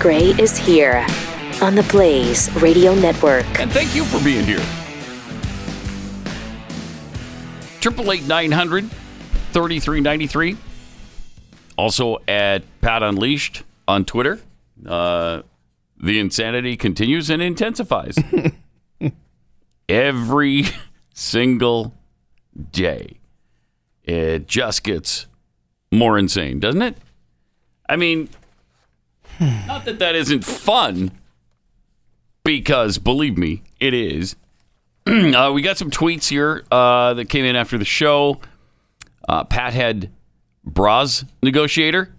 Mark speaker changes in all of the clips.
Speaker 1: Gray is here on the Blaze Radio Network.
Speaker 2: And thank you for being here. Triple eight nine hundred thirty three ninety three. Also at Pat Unleashed on Twitter. Uh, the insanity continues and intensifies every single day. It just gets more insane, doesn't it? I mean, not that that isn't fun, because believe me, it is. uh, we got some tweets here uh, that came in after the show. Uh, Pat had bras negotiator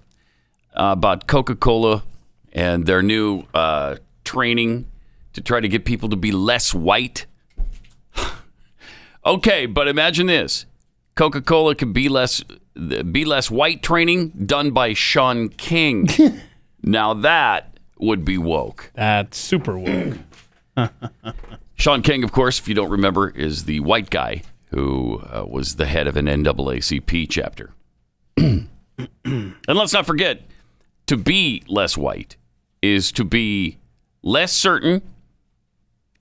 Speaker 2: uh, about Coca Cola and their new uh, training to try to get people to be less white. okay, but imagine this: Coca Cola could be less be less white training done by Sean King. now that would be woke.
Speaker 3: That's super woke.
Speaker 2: Sean King, of course, if you don't remember, is the white guy who uh, was the head of an NAACP chapter. and let's not forget to be less white is to be less certain.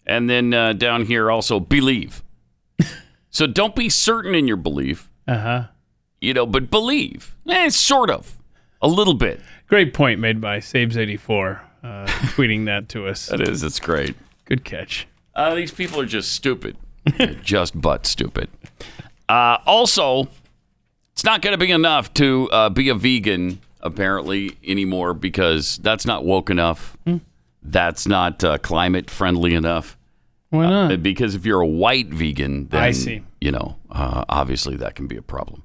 Speaker 2: And then uh, down here, also believe. so don't be certain in your belief,
Speaker 3: Uh huh.
Speaker 2: you know, but believe. Eh, sort of. A little bit.
Speaker 3: Great point made by Sabes84, uh, tweeting that to us.
Speaker 2: That is, it's great.
Speaker 3: Good catch.
Speaker 2: Uh, these people are just stupid. They're just butt stupid. Uh, also, it's not going to be enough to uh, be a vegan, apparently, anymore because that's not woke enough.
Speaker 3: Hmm.
Speaker 2: That's not uh, climate friendly enough.
Speaker 3: Why
Speaker 2: Uh,
Speaker 3: not?
Speaker 2: Because if you're a white vegan, then,
Speaker 3: I see. Hmm.
Speaker 2: you know, uh, obviously that can be a problem.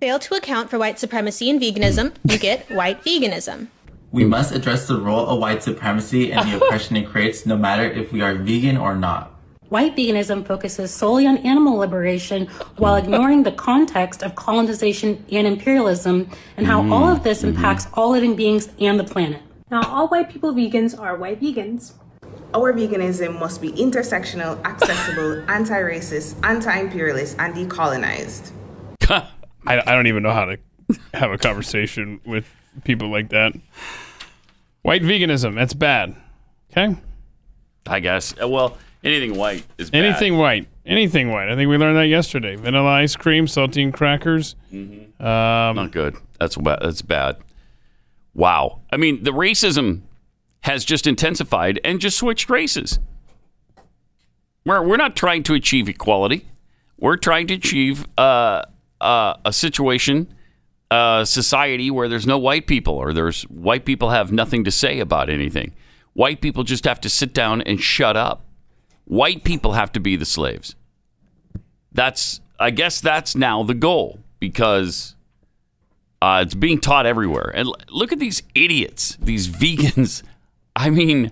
Speaker 4: fail to account for white supremacy and veganism, you get white veganism.
Speaker 5: We
Speaker 6: Hmm.
Speaker 5: must address the role of white supremacy and the oppression it creates, no matter if we are vegan or not.
Speaker 7: White veganism focuses solely on animal liberation while
Speaker 8: Mm-hmm.
Speaker 7: ignoring the context of colonization and imperialism and how all of this
Speaker 8: Mm-hmm.
Speaker 7: impacts all living beings and the planet.
Speaker 9: Not all white people vegans are white vegans.
Speaker 10: Our veganism must be intersectional, accessible, anti racist, anti imperialist, and decolonized.
Speaker 3: I, I don't even know how to have a conversation with people like that. White veganism, that's bad. Okay?
Speaker 2: I guess. Uh, Well, anything white is bad.
Speaker 3: Anything white. Anything white. I think we learned that yesterday. Vanilla ice cream, saltine crackers.
Speaker 2: Not good. That's bad. That's bad. Wow. I mean, the racism has just intensified and just switched races. We're we're not trying to achieve equality. We're trying to achieve uh, uh, a situation, a society where there's no white people or there's white people have nothing to say about anything. White people just have to sit down and shut up. White people have to be the slaves. That's I guess that's now the goal because uh, it's being taught everywhere. And l- look at these idiots, these vegans. I mean,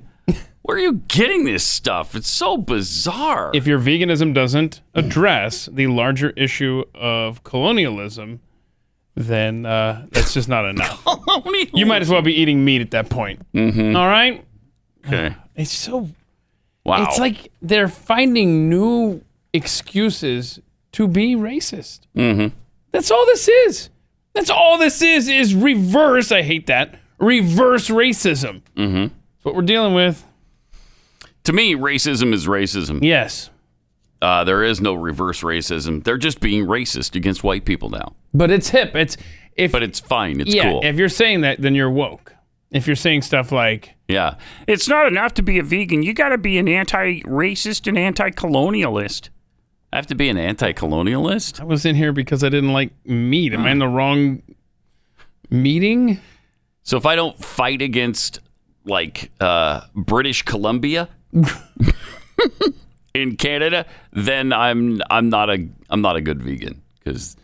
Speaker 2: where are you getting this stuff? It's so bizarre.
Speaker 3: If your veganism doesn't address the larger issue of colonialism, then uh, that's just not enough. You might as well be eating meat at that point.
Speaker 2: Mm-hmm.
Speaker 3: All right?
Speaker 2: Okay.
Speaker 3: It's so
Speaker 2: Wow.
Speaker 3: It's like they're finding new excuses to be racist. Mm-hmm. That's all this is. That's all this is is reverse. I hate that reverse racism. Mm-hmm. That's what we're dealing with.
Speaker 2: to me, racism is racism.
Speaker 3: Yes,
Speaker 2: Uh, there is no reverse racism. They're just being racist against white people now.
Speaker 3: but it's hip. It's if
Speaker 2: But it's fine. It's
Speaker 3: yeah.
Speaker 2: cool.
Speaker 3: If you're saying that, then you're woke. If you're saying stuff like
Speaker 2: yeah.
Speaker 11: It's not enough to be a vegan. You got to be an anti racist and anti colonialist.
Speaker 2: I have to be an anti-colonialist.
Speaker 3: I was in here because I didn't like meat. Am I in the wrong meeting?
Speaker 2: So if I don't fight against like uh, British Columbia in Canada, then I'm I'm not a I'm not a good vegan because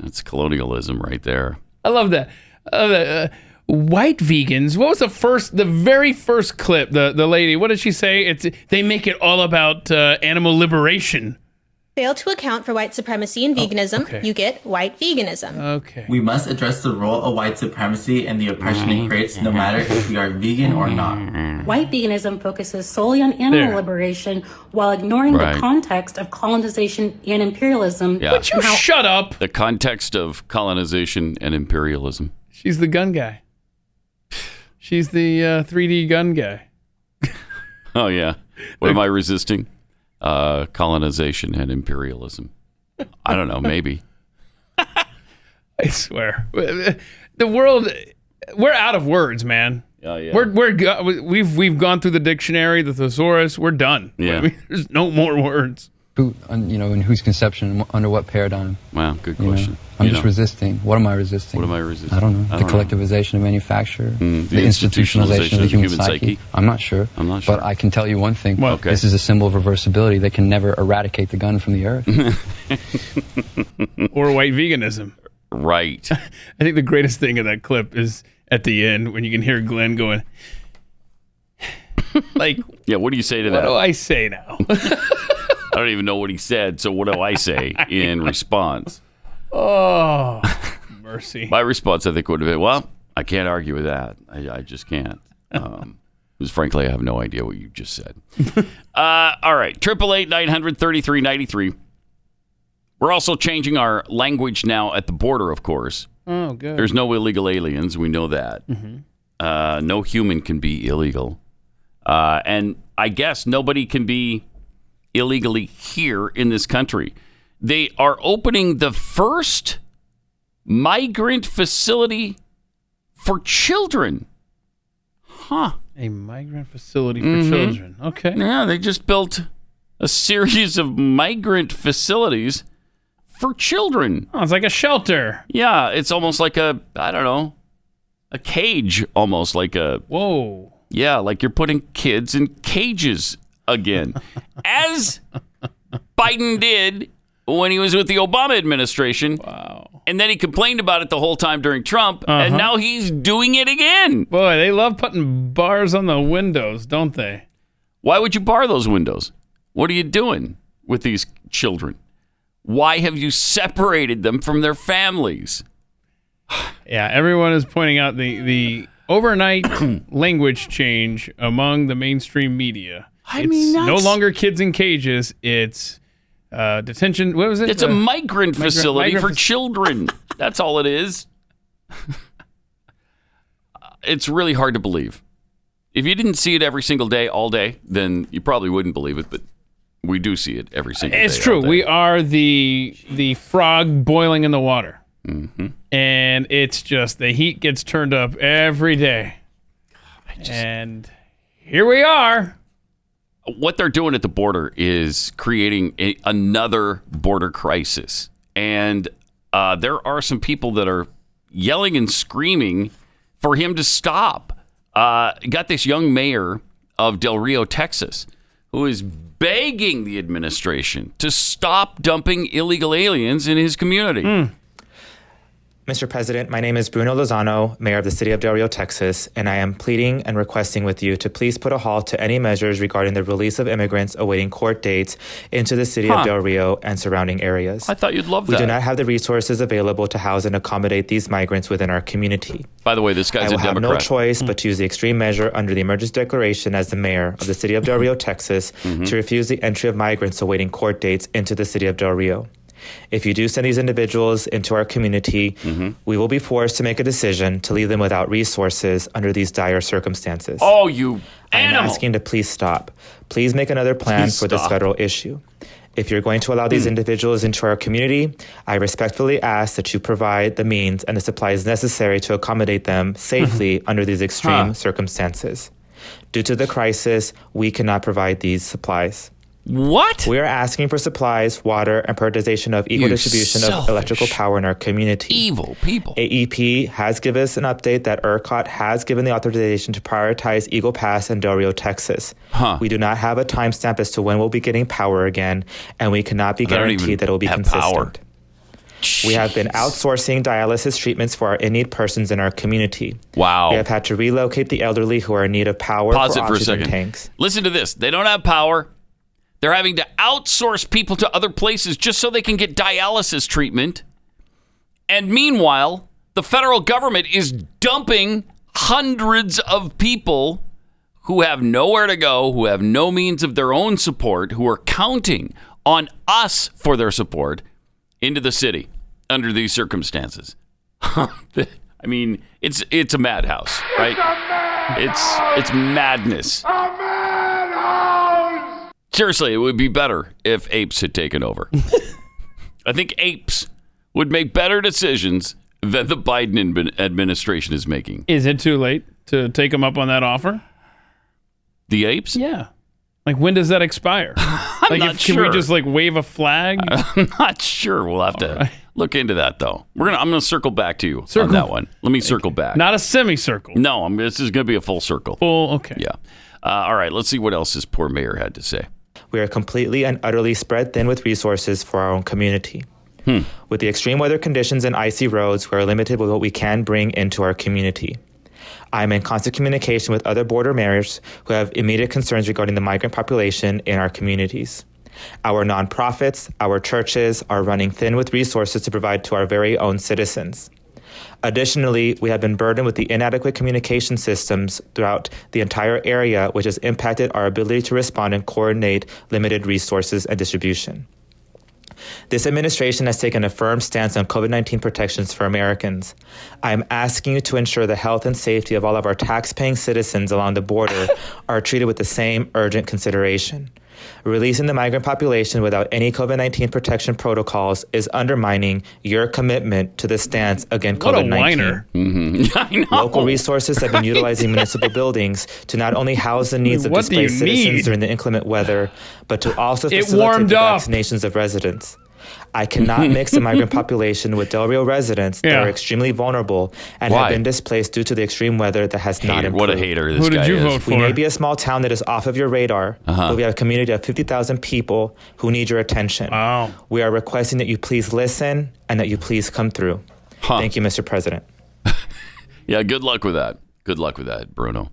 Speaker 2: that's colonialism right there.
Speaker 3: I love that. I love that. Uh, white vegans. What was the first, the very first clip? The the lady. What did she say? It's they make it all about uh, animal liberation.
Speaker 4: Fail to account for white supremacy and veganism,
Speaker 3: okay.
Speaker 4: you get white veganism.
Speaker 3: Okay.
Speaker 5: We must address the role of white supremacy and the oppression it creates, no matter if we are vegan or not.
Speaker 7: White veganism focuses solely on animal
Speaker 3: There.
Speaker 7: liberation while ignoring
Speaker 2: Right.
Speaker 7: the context of colonization and imperialism.
Speaker 2: Yeah.
Speaker 3: Would you shut up?
Speaker 2: The context of colonization and imperialism.
Speaker 3: She's the gun guy. She's the uh, 3D gun guy.
Speaker 2: Oh yeah. What am I resisting? Uh, colonization and imperialism. I don't know. Maybe.
Speaker 3: I swear. The world, we're out of words, man.
Speaker 2: Oh, yeah.
Speaker 3: We're we're go- we've we've gone through the dictionary, the thesaurus. We're done.
Speaker 2: Yeah.
Speaker 3: I mean, there's no more words.
Speaker 8: Who, un- you know, in whose conception, under what paradigm?
Speaker 2: Wow. Good
Speaker 8: you know?
Speaker 2: question.
Speaker 8: I'm
Speaker 2: You
Speaker 8: just
Speaker 2: know.
Speaker 8: resisting. What am I resisting?
Speaker 2: What am I resisting?
Speaker 8: I don't know.
Speaker 2: I
Speaker 8: the
Speaker 2: don't know.
Speaker 8: collectivization of manufacture,
Speaker 2: Mm, the
Speaker 8: the, institutionalization of the human, psyche. I'm not sure.
Speaker 2: I'm not
Speaker 8: But I can tell you one thing.
Speaker 2: What? Okay.
Speaker 8: This is a symbol of reversibility. They can never eradicate the gun from the earth.
Speaker 3: or white veganism.
Speaker 2: Right.
Speaker 3: I think the greatest thing of that clip is at the end when you can hear Glenn going, like,
Speaker 2: Yeah. What do you say to
Speaker 3: what
Speaker 2: that?
Speaker 3: do I say now?
Speaker 2: I don't even know what he said. So what do I say in response?
Speaker 3: Oh, mercy.
Speaker 2: My response, I think, would have been, "Well, I can't argue with that. I, I just can't." Um, because frankly, I have no idea what you just said. uh, all right, triple eight nine hundred thirty three ninety three. We're also changing our language now at the border, of course.
Speaker 3: Oh, good.
Speaker 2: There's no illegal aliens. We know that. Uh, no human can be illegal. Uh, and I guess nobody can be illegally here in this country. They are opening the first migrant facility for children. Huh.
Speaker 3: a migrant facility for
Speaker 2: Mhm.
Speaker 3: children. Okay.
Speaker 2: Yeah, they just built a series of migrant facilities for children.
Speaker 3: Oh, it's like a shelter.
Speaker 2: Yeah, it's almost like a, I don't know, a cage, almost like a
Speaker 3: Whoa.
Speaker 2: Yeah, like you're putting kids in cages again, as Biden did when he was with the Obama administration.
Speaker 3: Wow.
Speaker 2: And then he complained about it the whole time during Trump, and now he's doing it again.
Speaker 3: Boy, they love putting bars on the windows, don't they?
Speaker 2: Why would you bar those windows? What are you doing with these children? Why have you separated them from their families?
Speaker 3: Yeah, everyone is pointing out the the overnight language change among the mainstream media.
Speaker 2: I
Speaker 3: it's
Speaker 2: mean,
Speaker 3: no
Speaker 2: that's-
Speaker 3: longer kids in cages. It's uh, detention. What was it?
Speaker 2: It's a
Speaker 3: Uh,
Speaker 2: migrant facility
Speaker 3: migrant
Speaker 2: for
Speaker 3: fac-
Speaker 2: children. That's all it is. it's really hard to believe. If you didn't see it every single day, all day, then you probably wouldn't believe it. But we do see it every single day.
Speaker 3: It's true. We are the the frog boiling in the water,
Speaker 2: Mm-hmm.
Speaker 3: and it's just the heat gets turned up every day, and here we are.
Speaker 2: what they're doing at the border is creating a, another border crisis. And uh, there are some people that are yelling and screaming for him to stop. Uh, got this young mayor of Del Rio, Texas, who is begging the administration to stop dumping illegal aliens in his community.
Speaker 6: Hmm. Mr. President, my name is Bruno Lozano, Mayor of the City of Del Rio, Texas, and I am pleading and requesting with you to please put a halt to any measures regarding the release of immigrants awaiting court dates into the City
Speaker 2: Huh.
Speaker 6: of Del Rio and surrounding areas.
Speaker 2: I thought you'd love
Speaker 6: we
Speaker 2: that.
Speaker 6: do not have the resources available to house and accommodate these migrants within our community.
Speaker 2: By the way, this
Speaker 6: I
Speaker 2: guy's a
Speaker 6: will have
Speaker 2: Democrat.
Speaker 6: no choice but to use the extreme measure under the emergency declaration as the mayor of the city of Del Rio, Texas,
Speaker 5: Mm-hmm.
Speaker 6: to refuse the entry of migrants awaiting court dates into the city of Del Rio. If you do send these individuals into our community,
Speaker 5: Mm-hmm.
Speaker 6: we will be forced to make a decision to leave them without resources under these dire circumstances.
Speaker 2: Oh, you
Speaker 6: I'm
Speaker 2: animal.
Speaker 6: asking to please stop. Please make another plan
Speaker 2: Please
Speaker 6: for this
Speaker 2: stop. Hmm.
Speaker 6: federal issue. If you're going to allow these individuals into our community, I respectfully ask that you provide the means and the supplies necessary to accommodate them safely under these extreme
Speaker 2: Huh.
Speaker 6: circumstances. Due to the crisis, we cannot provide these supplies.
Speaker 2: what?
Speaker 6: We are asking for supplies, water, and prioritization of equal
Speaker 2: You
Speaker 6: distribution of electrical
Speaker 2: selfish,
Speaker 6: power in our community.
Speaker 2: Evil people.
Speaker 6: AEP has given us an update that ERCOT has given the authorization to prioritize Eagle Pass and Del Rio, Texas.
Speaker 2: Huh.
Speaker 6: We do not have a timestamp as to when we'll be getting power again, and we cannot be
Speaker 2: I don't even
Speaker 6: guaranteed that it will be
Speaker 2: have
Speaker 6: consistent.
Speaker 2: power.
Speaker 6: We have been
Speaker 2: Jeez.
Speaker 6: outsourcing dialysis treatments for our in-need persons in our community.
Speaker 2: Wow.
Speaker 6: We have had to relocate the elderly who are in need of power
Speaker 2: Pause
Speaker 6: for
Speaker 2: it for a
Speaker 6: oxygen
Speaker 2: second.
Speaker 6: tanks.
Speaker 2: Listen to this. They don't have power. They're having to outsource people to other places just so they can get dialysis treatment. And meanwhile, the federal government is dumping hundreds of people who have nowhere to go, who have no means of their own support, who are counting on us for their support into the city under these circumstances. I mean, it's it's a madhouse, right? It's it's madness. Seriously, it would be better if apes had taken over. I think apes would make better decisions than the Biden admin- administration is making.
Speaker 3: Is it too late to take him up on that offer?
Speaker 2: The apes?
Speaker 3: Yeah. Like when does that expire? like
Speaker 2: not
Speaker 3: if, can we
Speaker 2: sure. Uh,
Speaker 3: just like wave a flag?
Speaker 2: I'm not sure. We'll have to look into that though. We're gonna I'm gonna circle back to you on
Speaker 3: Circle-
Speaker 2: that one. Let me circle back.
Speaker 3: Not a semicircle.
Speaker 2: no, I'm, this is gonna be a full circle.
Speaker 3: Full okay.
Speaker 2: Yeah. Uh, all right. Let's see what else this poor mayor had to say.
Speaker 6: We are completely and utterly spread thin with resources for our own community. With the extreme weather conditions and icy roads, we are limited with what we can bring into our community. I am in constant communication with other border mayors who have immediate concerns regarding the migrant population in our communities. Our nonprofits, our churches are running thin with resources to provide to our very own citizens. Additionally, we have been burdened with the inadequate communication systems throughout the entire area, which has impacted our ability to respond and coordinate limited resources and distribution. This administration has taken a firm stance on COVID 19 protections for Americans. I am asking you to ensure the health and safety of all of our tax paying citizens along the border are treated with the same urgent consideration. Releasing the migrant population without any COVID 19 protection protocols is undermining your commitment to the stance against
Speaker 3: What a
Speaker 6: COVID 19.
Speaker 3: whiner.
Speaker 2: Mm-hmm.
Speaker 6: Local
Speaker 3: Oh.
Speaker 6: resources have been utilizing municipal buildings to not only house the needs of
Speaker 3: What do you
Speaker 6: displaced citizens
Speaker 3: need?
Speaker 6: during the inclement weather, but to also
Speaker 3: It
Speaker 6: facilitate
Speaker 3: warmed
Speaker 6: the
Speaker 3: up.
Speaker 6: vaccinations of residents. I cannot mix the migrant population with Del Rio residents that
Speaker 2: Yeah.
Speaker 6: are extremely vulnerable and
Speaker 2: Why?
Speaker 6: have been displaced due to the extreme weather that has not
Speaker 2: Hater.
Speaker 6: improved.
Speaker 2: What a hater this guy is.
Speaker 6: We may be a small town that is off of your radar,
Speaker 2: Uh-huh.
Speaker 6: but we have a community of 50,000 people who need your attention. Wow.
Speaker 2: Oh.
Speaker 6: We are requesting that you please listen and that you please come through. Thank you, Mr. President.
Speaker 2: Yeah. Good luck with that. Good luck with that, Bruno.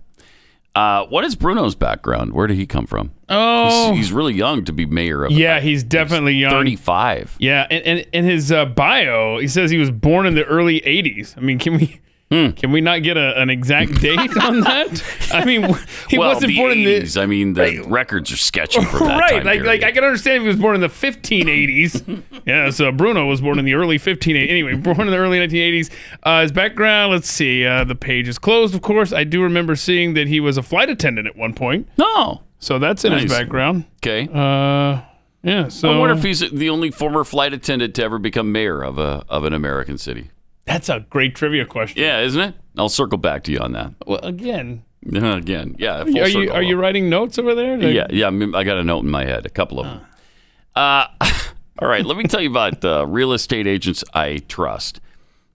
Speaker 2: Uh, what is Bruno's background? Where did he come from?
Speaker 3: Oh.
Speaker 2: he's, he's really young to be mayor of.
Speaker 3: Yeah, he's definitely young.
Speaker 2: 35.
Speaker 3: Yeah, and, and in his uh, bio, he says he was born in the early 80s. I mean, can we
Speaker 2: Hmm.
Speaker 3: can we not get a, an exact date on that? I mean, w- he
Speaker 2: well,
Speaker 3: wasn't
Speaker 2: the
Speaker 3: born in the
Speaker 2: 80s. I mean, the records are sketchy for that
Speaker 3: right.
Speaker 2: time
Speaker 3: like,
Speaker 2: period.
Speaker 3: like I can understand if he was born in the 1580s. yeah, so Bruno was born in the early 1580s. Anyway, born in the early 1980s. Uh, his background, let's see. Uh, the page is closed, of course. I do remember seeing that he was a flight attendant at one point.
Speaker 2: No.
Speaker 3: So that's in his
Speaker 2: Nice.
Speaker 3: background.
Speaker 2: Okay.
Speaker 3: Uh, um, yeah. So
Speaker 2: I wonder if he's the only former flight attendant to ever become mayor of a of an American city.
Speaker 3: that's a great trivia question.
Speaker 2: Yeah, isn't it? I'll circle back to you on that
Speaker 3: Well, again,
Speaker 2: again. Yeah.
Speaker 3: are
Speaker 2: full
Speaker 3: you
Speaker 2: circle.
Speaker 3: are you writing notes over there? Like-
Speaker 2: yeah, yeah. I mean, I got a note in my head, a couple of them. Uh, all right, let me tell you about uh, real estate agents I trust.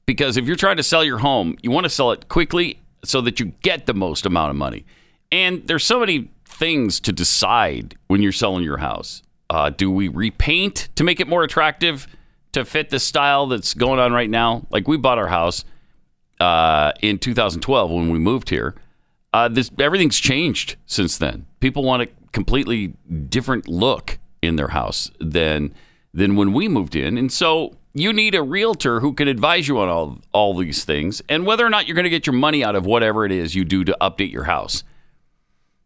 Speaker 2: Because if you're trying to sell your home, you want to sell it quickly so that you get the most amount of money. And there's so many things to decide when you're selling your house. Uh, do we repaint to make it more attractive to fit the style that's going on right now? Like we bought our house uh, in 2012 when we moved here. Uh, this everything's changed since then. People want a completely different look in their house than than when we moved in, and so you need a realtor who can advise you on all all these things and whether or not you're going to get your money out of whatever it is you do to update your house.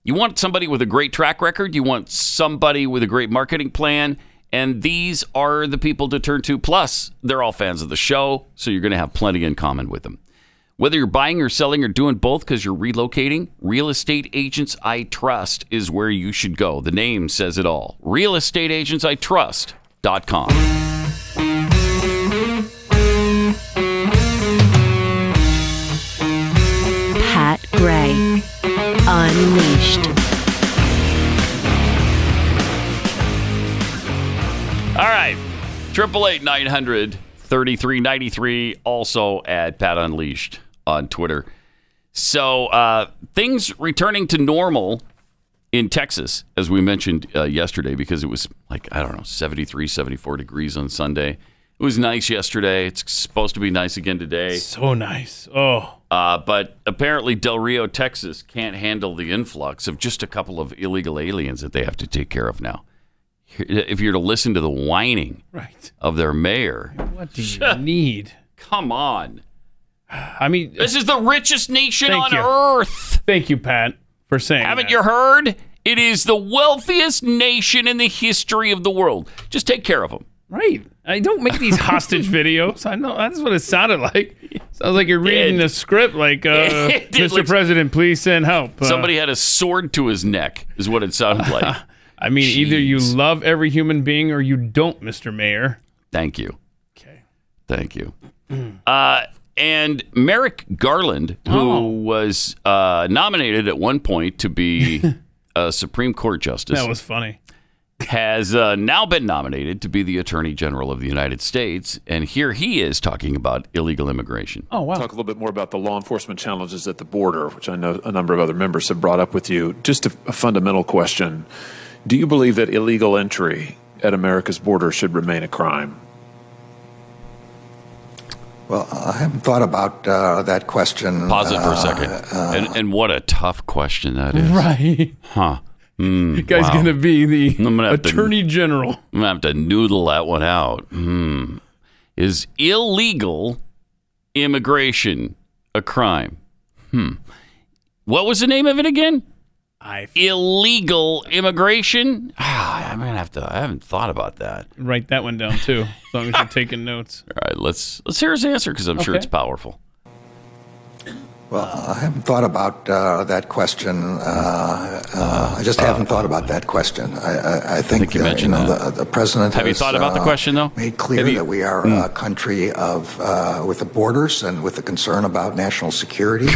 Speaker 2: You want somebody with a great track record. You want somebody with a great marketing plan. And these are the people to turn to. Plus, they're all fans of the show, so you're going to have plenty in common with them. Whether you're buying or selling or doing both because you're relocating, Real Estate Agents I Trust is where you should go. The name says it all. RealEstateAgentsITrust.com.
Speaker 1: Pat Gray. Unleashed.
Speaker 2: All right. 888 900 3393, also at Pat Unleashed on Twitter. So uh, things returning to normal in Texas, as we mentioned uh, yesterday, because it was like, I don't know, 73, 74 degrees on Sunday. It was nice yesterday. It's supposed to be nice again today.
Speaker 3: So nice. Oh,
Speaker 2: Uh, but apparently, Del Rio, Texas can't handle the influx of just a couple of illegal aliens that they have to take care of now. If you're to listen to the whining
Speaker 3: Right.
Speaker 2: of their mayor,
Speaker 3: what do you need?
Speaker 2: Come on.
Speaker 3: I mean,
Speaker 2: this is the richest nation
Speaker 3: Thank
Speaker 2: on
Speaker 3: you.
Speaker 2: earth.
Speaker 3: Thank you, Pat, for saying.
Speaker 2: Haven't
Speaker 3: that.
Speaker 2: you heard? It is the wealthiest nation in the history of the world. Just take care of them.
Speaker 3: Right. I don't make these hostage videos. I know that's what it sounded like. Sounds like you're reading a script. Like, uh,
Speaker 2: It
Speaker 3: Mr.
Speaker 2: looks-
Speaker 3: President, please send help. Uh,
Speaker 2: Somebody had a sword to his neck, is what it sounded like.
Speaker 3: I mean, either you love every human being or you don't, Mr. Mayor.
Speaker 2: Thank you. Okay. Thank you. Uh, and Merrick Garland, who
Speaker 3: Oh.
Speaker 2: was uh, nominated at one point to be a Supreme Court justice,
Speaker 3: That was funny.
Speaker 2: has uh, now been nominated to be the Attorney General of the United States. And here he is talking about illegal immigration.
Speaker 3: Oh, wow.
Speaker 12: Talk a little bit more about the law enforcement challenges at the border, which I know a number of other members have brought up with you. Just a, a fundamental question Do you believe that illegal entry at America's border should remain a crime?
Speaker 13: Well, I haven't thought about uh, that question.
Speaker 2: Pause it for a
Speaker 13: uh,
Speaker 2: second. and, and what a tough question that is.
Speaker 3: Right.
Speaker 2: Huh. Mm,
Speaker 3: Guy's
Speaker 2: wow.
Speaker 3: gonna be the
Speaker 2: I'm gonna have to-
Speaker 3: Attorney General.
Speaker 2: I'm gonna have to noodle that one out. Hmm. Is illegal immigration a crime? Hmm. What was the name of it again?
Speaker 3: I
Speaker 2: illegal immigration. Ah, I'm gonna have to. I haven't thought about that.
Speaker 3: Write that one down too, as long as you're taking notes.
Speaker 2: All right, let's let's hear his answer because I'm sure
Speaker 3: Okay.
Speaker 2: it's powerful.
Speaker 13: Well, I haven't thought about uh, that question. Uh, uh, I just haven't thought about that question. I, I, I think,
Speaker 2: you
Speaker 13: uh,
Speaker 2: mentioned
Speaker 13: know,
Speaker 2: that.
Speaker 13: The, the president
Speaker 2: Have you
Speaker 13: has,
Speaker 2: thought about the
Speaker 13: uh,
Speaker 2: question, though?
Speaker 13: Made clear
Speaker 2: Have you-
Speaker 13: that we are a uh, country of uh, with the borders and with the concern about national security.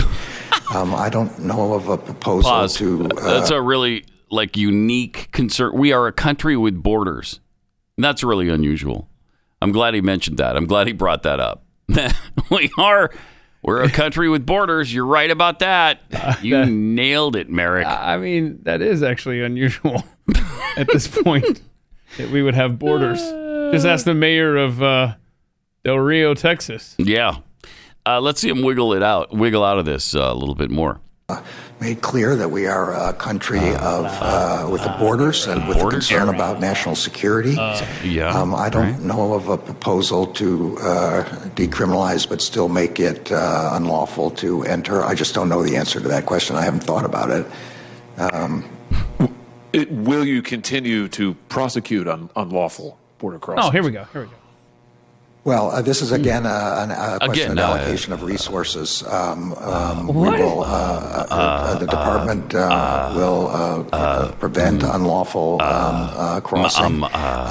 Speaker 13: um, I don't know of a proposal
Speaker 2: Pause.
Speaker 13: to. Uh,
Speaker 2: That's a really like unique concern. We are a country with borders. And that's really unusual. I'm glad he mentioned that. I'm glad he brought that up. we are we're a country with borders. You're right about that. You nailed it, Merrick.
Speaker 3: I mean, that is actually unusual at this point that we would have borders. Just ask the mayor of uh, Del Rio, Texas.
Speaker 2: yeah. Uh, let's see him wiggle it out, wiggle out of this uh, a little bit more.
Speaker 13: made clear that we are a country of uh, with the borders and with the concern about national security.
Speaker 2: Uh, yeah,
Speaker 13: um, I don't know of a proposal to uh, decriminalize but still make it uh, unlawful to enter. I just don't know the answer to that question. I haven't thought about it. Um,
Speaker 12: It, will you continue to prosecute un, unlawful border crossings?
Speaker 3: Oh, here we go. Here we go.
Speaker 13: Well, uh, this is again uh, an, a question
Speaker 12: Again,
Speaker 13: of
Speaker 12: uh,
Speaker 13: allocation of resources. Um, um, we will, uh, uh, uh, the department uh, will uh, uh, prevent unlawful um, uh, crossing. Um,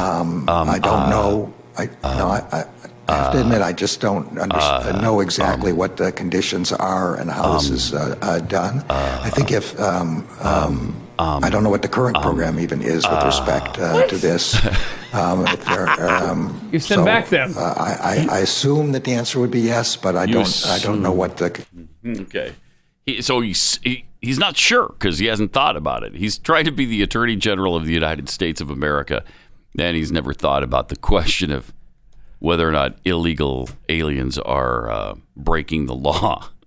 Speaker 13: I don't know. I, no, I, I, I have to admit, I just don't under- know exactly what the conditions are and how this is uh, uh, done. I think if um, um, I don't know what the current program even is with respect uh, to this. Um, if there, um,
Speaker 3: You send back them.
Speaker 13: uh, I, I, I assume that the answer would be yes, but I
Speaker 2: You
Speaker 13: don't. I don't know what the.
Speaker 2: Okay. He, so he's he, he's not sure because he hasn't thought about it. He's tried to be the Attorney General of the United States of America, and he's never thought about the question of whether or not illegal aliens are uh, breaking the law.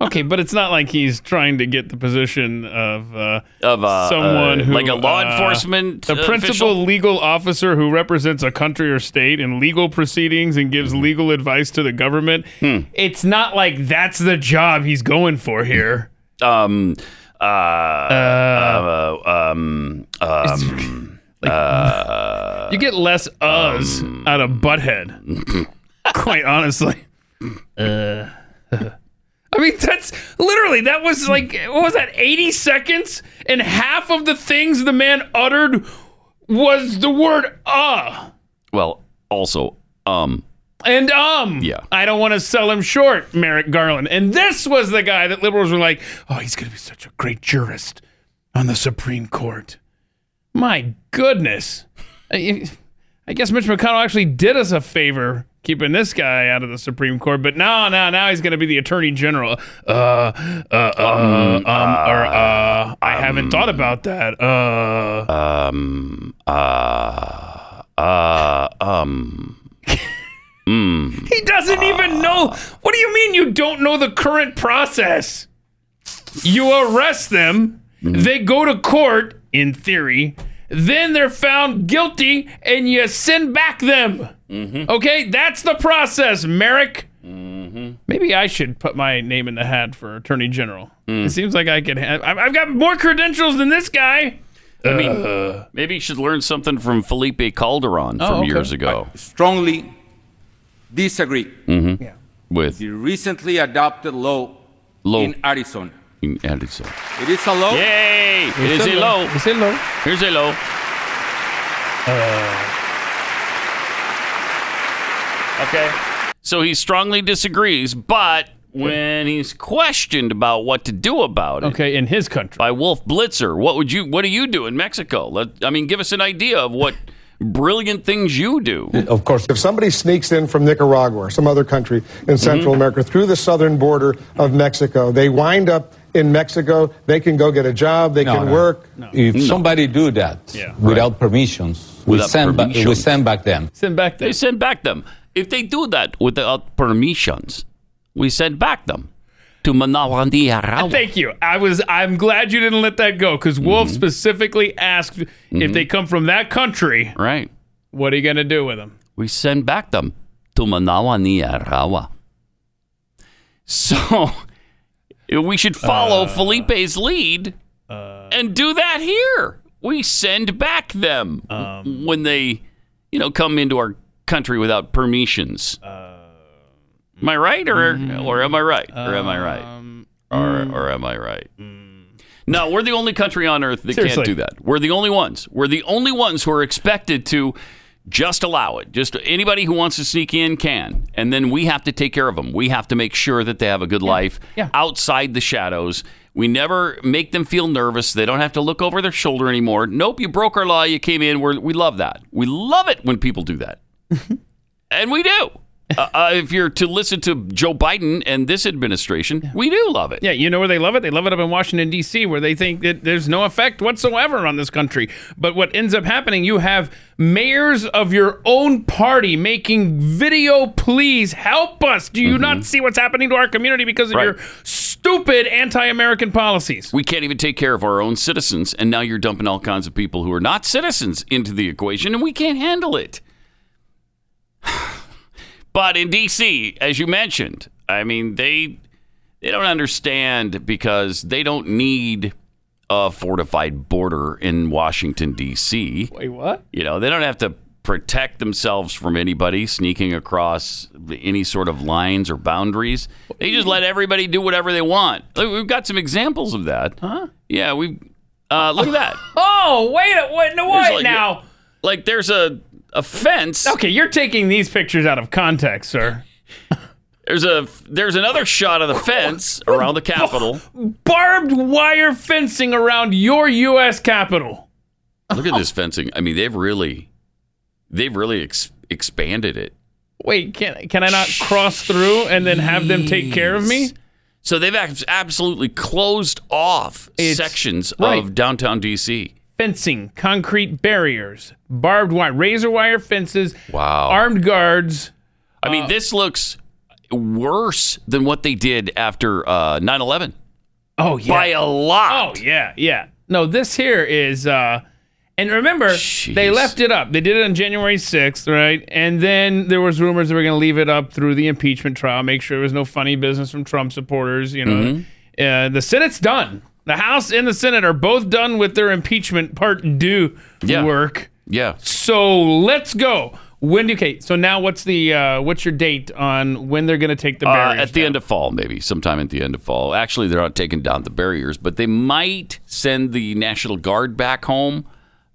Speaker 3: Okay, but it's not like he's trying to get the position of uh,
Speaker 2: Of, uh,
Speaker 3: someone
Speaker 2: uh,
Speaker 3: who
Speaker 2: like a law
Speaker 3: uh,
Speaker 2: enforcement
Speaker 3: the principal
Speaker 2: official?
Speaker 3: legal officer who represents a country or state in legal proceedings and gives legal advice to the government. It's not like that's the job he's going for here.
Speaker 2: Um. Uh. uh, um. Um. uh,
Speaker 3: You get less uhs out of butthead. quite honestly. Uh, I mean, that's literally that was like what was that? Eighty seconds, and half of the things the man uttered was the word "uh"
Speaker 2: well, also, um.
Speaker 3: and "um."
Speaker 2: Yeah.
Speaker 3: I don't want to sell him short, Merrick Garland. And this was the guy that liberals were like, "Oh, he's going to be such a great jurist on the Supreme Court." My goodness. I I guess Mitch McConnell actually did us a favor keeping this guy out of the Supreme Court, but no, no, now he's going to be the Attorney General. Uh, uh, uh, um, or, uh, I haven't thought about that. Uh,
Speaker 2: Um. Uh. Uh. Um. mm.
Speaker 3: he doesn't even know. What do you mean you don't know the current process? You arrest them,
Speaker 2: Mm-hmm.
Speaker 3: they go to court, in theory, then they're found guilty, and you send back them.
Speaker 2: Mm-hmm.
Speaker 3: Okay, that's the process, Merrick.
Speaker 2: Mm-hmm.
Speaker 3: Maybe I should put my name in the
Speaker 2: Mm.
Speaker 3: hat for Attorney General. It seems like I could have. I've I've got more credentials than this guy.
Speaker 2: I mean, maybe you should learn something from Felipe Calderon
Speaker 14: Oh,
Speaker 2: from
Speaker 14: okay.
Speaker 2: years ago.
Speaker 14: strongly disagree
Speaker 2: hmm With
Speaker 14: the recently adopted law
Speaker 2: Law.
Speaker 14: in Arizona.
Speaker 2: in Edison.
Speaker 14: It is a law.
Speaker 2: Yay! It is a low.
Speaker 3: It's a low.
Speaker 2: Here's a low. Uh. okay. So he strongly disagrees, but when he's questioned about what to do about it,
Speaker 3: okay, in his country,
Speaker 2: by Wolf Blitzer, what would you? What do you do in Mexico? Let, I mean, give us an idea of what brilliant things you do.
Speaker 15: Of course, if somebody sneaks in from Nicaragua or some other country in Central America through the southern border of Mexico, they wind up in Mexico. They can go get a job. They
Speaker 8: No,
Speaker 15: can
Speaker 8: no.
Speaker 15: work.
Speaker 8: If somebody do that without permissions, we
Speaker 2: Without
Speaker 8: send ba- we
Speaker 2: permissions.
Speaker 8: send back them.
Speaker 3: Send back them.
Speaker 2: They send back them. If they do that without permissions, we send back them to Manawandi
Speaker 3: Thank you. I was. I'm glad you didn't let that go because Wolf specifically asked if they come from that country.
Speaker 2: Right.
Speaker 3: What are you gonna do with them?
Speaker 2: We send back them to Manawaniarawa. So we should follow Felipe's lead and do that here. We send back them when they, you know, come into our country without permissions. am I right, or or am I right, or am I right, or or am I right? No, we're the only country on earth that
Speaker 3: Seriously.
Speaker 2: can't do that. We're the only ones. We're the only ones who are expected to just allow it. Just anybody who wants to sneak in can. And then we have to take care of them. We have to make sure that they have a good life outside the shadows. We never make them feel nervous. They don't have to look over their shoulder anymore. Nope, you broke our law. You came in. We're, we love that. We love it when people do that. and we do. Uh, uh, if you're to listen to Joe Biden and this administration, we do love it.
Speaker 3: Yeah, you know where they love it? They love it up in Washington, D.C., where they think that there's no effect whatsoever on this country. But what ends up happening, you have mayors of your own party making video pleas, help us. Do you not see what's happening to our community because of
Speaker 2: Right.
Speaker 3: your stupid anti American policies?
Speaker 2: We can't even take care of our own citizens, and now you're dumping all kinds of people who are not citizens into the equation, and we can't handle it. but in D.C., as you mentioned, I mean they they don't understand because they don't need a fortified border in Washington D.C.
Speaker 3: Wait, what?
Speaker 2: You know they don't have to protect themselves from anybody sneaking across the- any sort of lines or boundaries. They just let everybody do whatever they want. Look, We've got some examples of that. Huh? Yeah, we uh, look at that.
Speaker 3: Oh, wait, a- wait, no,
Speaker 2: There's
Speaker 3: wait
Speaker 2: like-
Speaker 3: now.
Speaker 2: Like there's a, a fence.
Speaker 3: Okay, you're taking these pictures out of context, sir.
Speaker 2: There's a there's another shot of the fence around the Capitol.
Speaker 3: Barbed wire fencing around your U.S. Capitol.
Speaker 2: Look at this fencing. I mean, they've really they've really ex- expanded it.
Speaker 3: Wait, can can I not cross through and then have them take care of me?
Speaker 2: So they've abs- absolutely closed off sections
Speaker 3: right.
Speaker 2: of downtown DC.
Speaker 3: Fencing, concrete barriers, barbed wire, razor wire fences,
Speaker 2: Wow.
Speaker 3: armed guards.
Speaker 2: I
Speaker 3: Uh,
Speaker 2: mean, this looks worse than what they did after uh, 9/11.
Speaker 3: Oh yeah,
Speaker 2: by a lot.
Speaker 3: Oh yeah, yeah. No, this here is. uh And remember, they left it up. They did it on January sixth, right? And then there was rumors they were going to leave it up through the impeachment trial, make sure there was no funny business from Trump supporters. You know,
Speaker 2: Mhm.
Speaker 3: uh, the Senate's done. The House and the Senate are both done with their impeachment part due work.
Speaker 2: Yeah.
Speaker 3: So let's go. When do okay? So now what's the uh, what's your date on when they're going to take the
Speaker 2: Uh,
Speaker 3: barriers?
Speaker 2: at the end of fall, maybe sometime at the end of fall. Actually, they're not taking down the barriers, but they might send the National Guard back home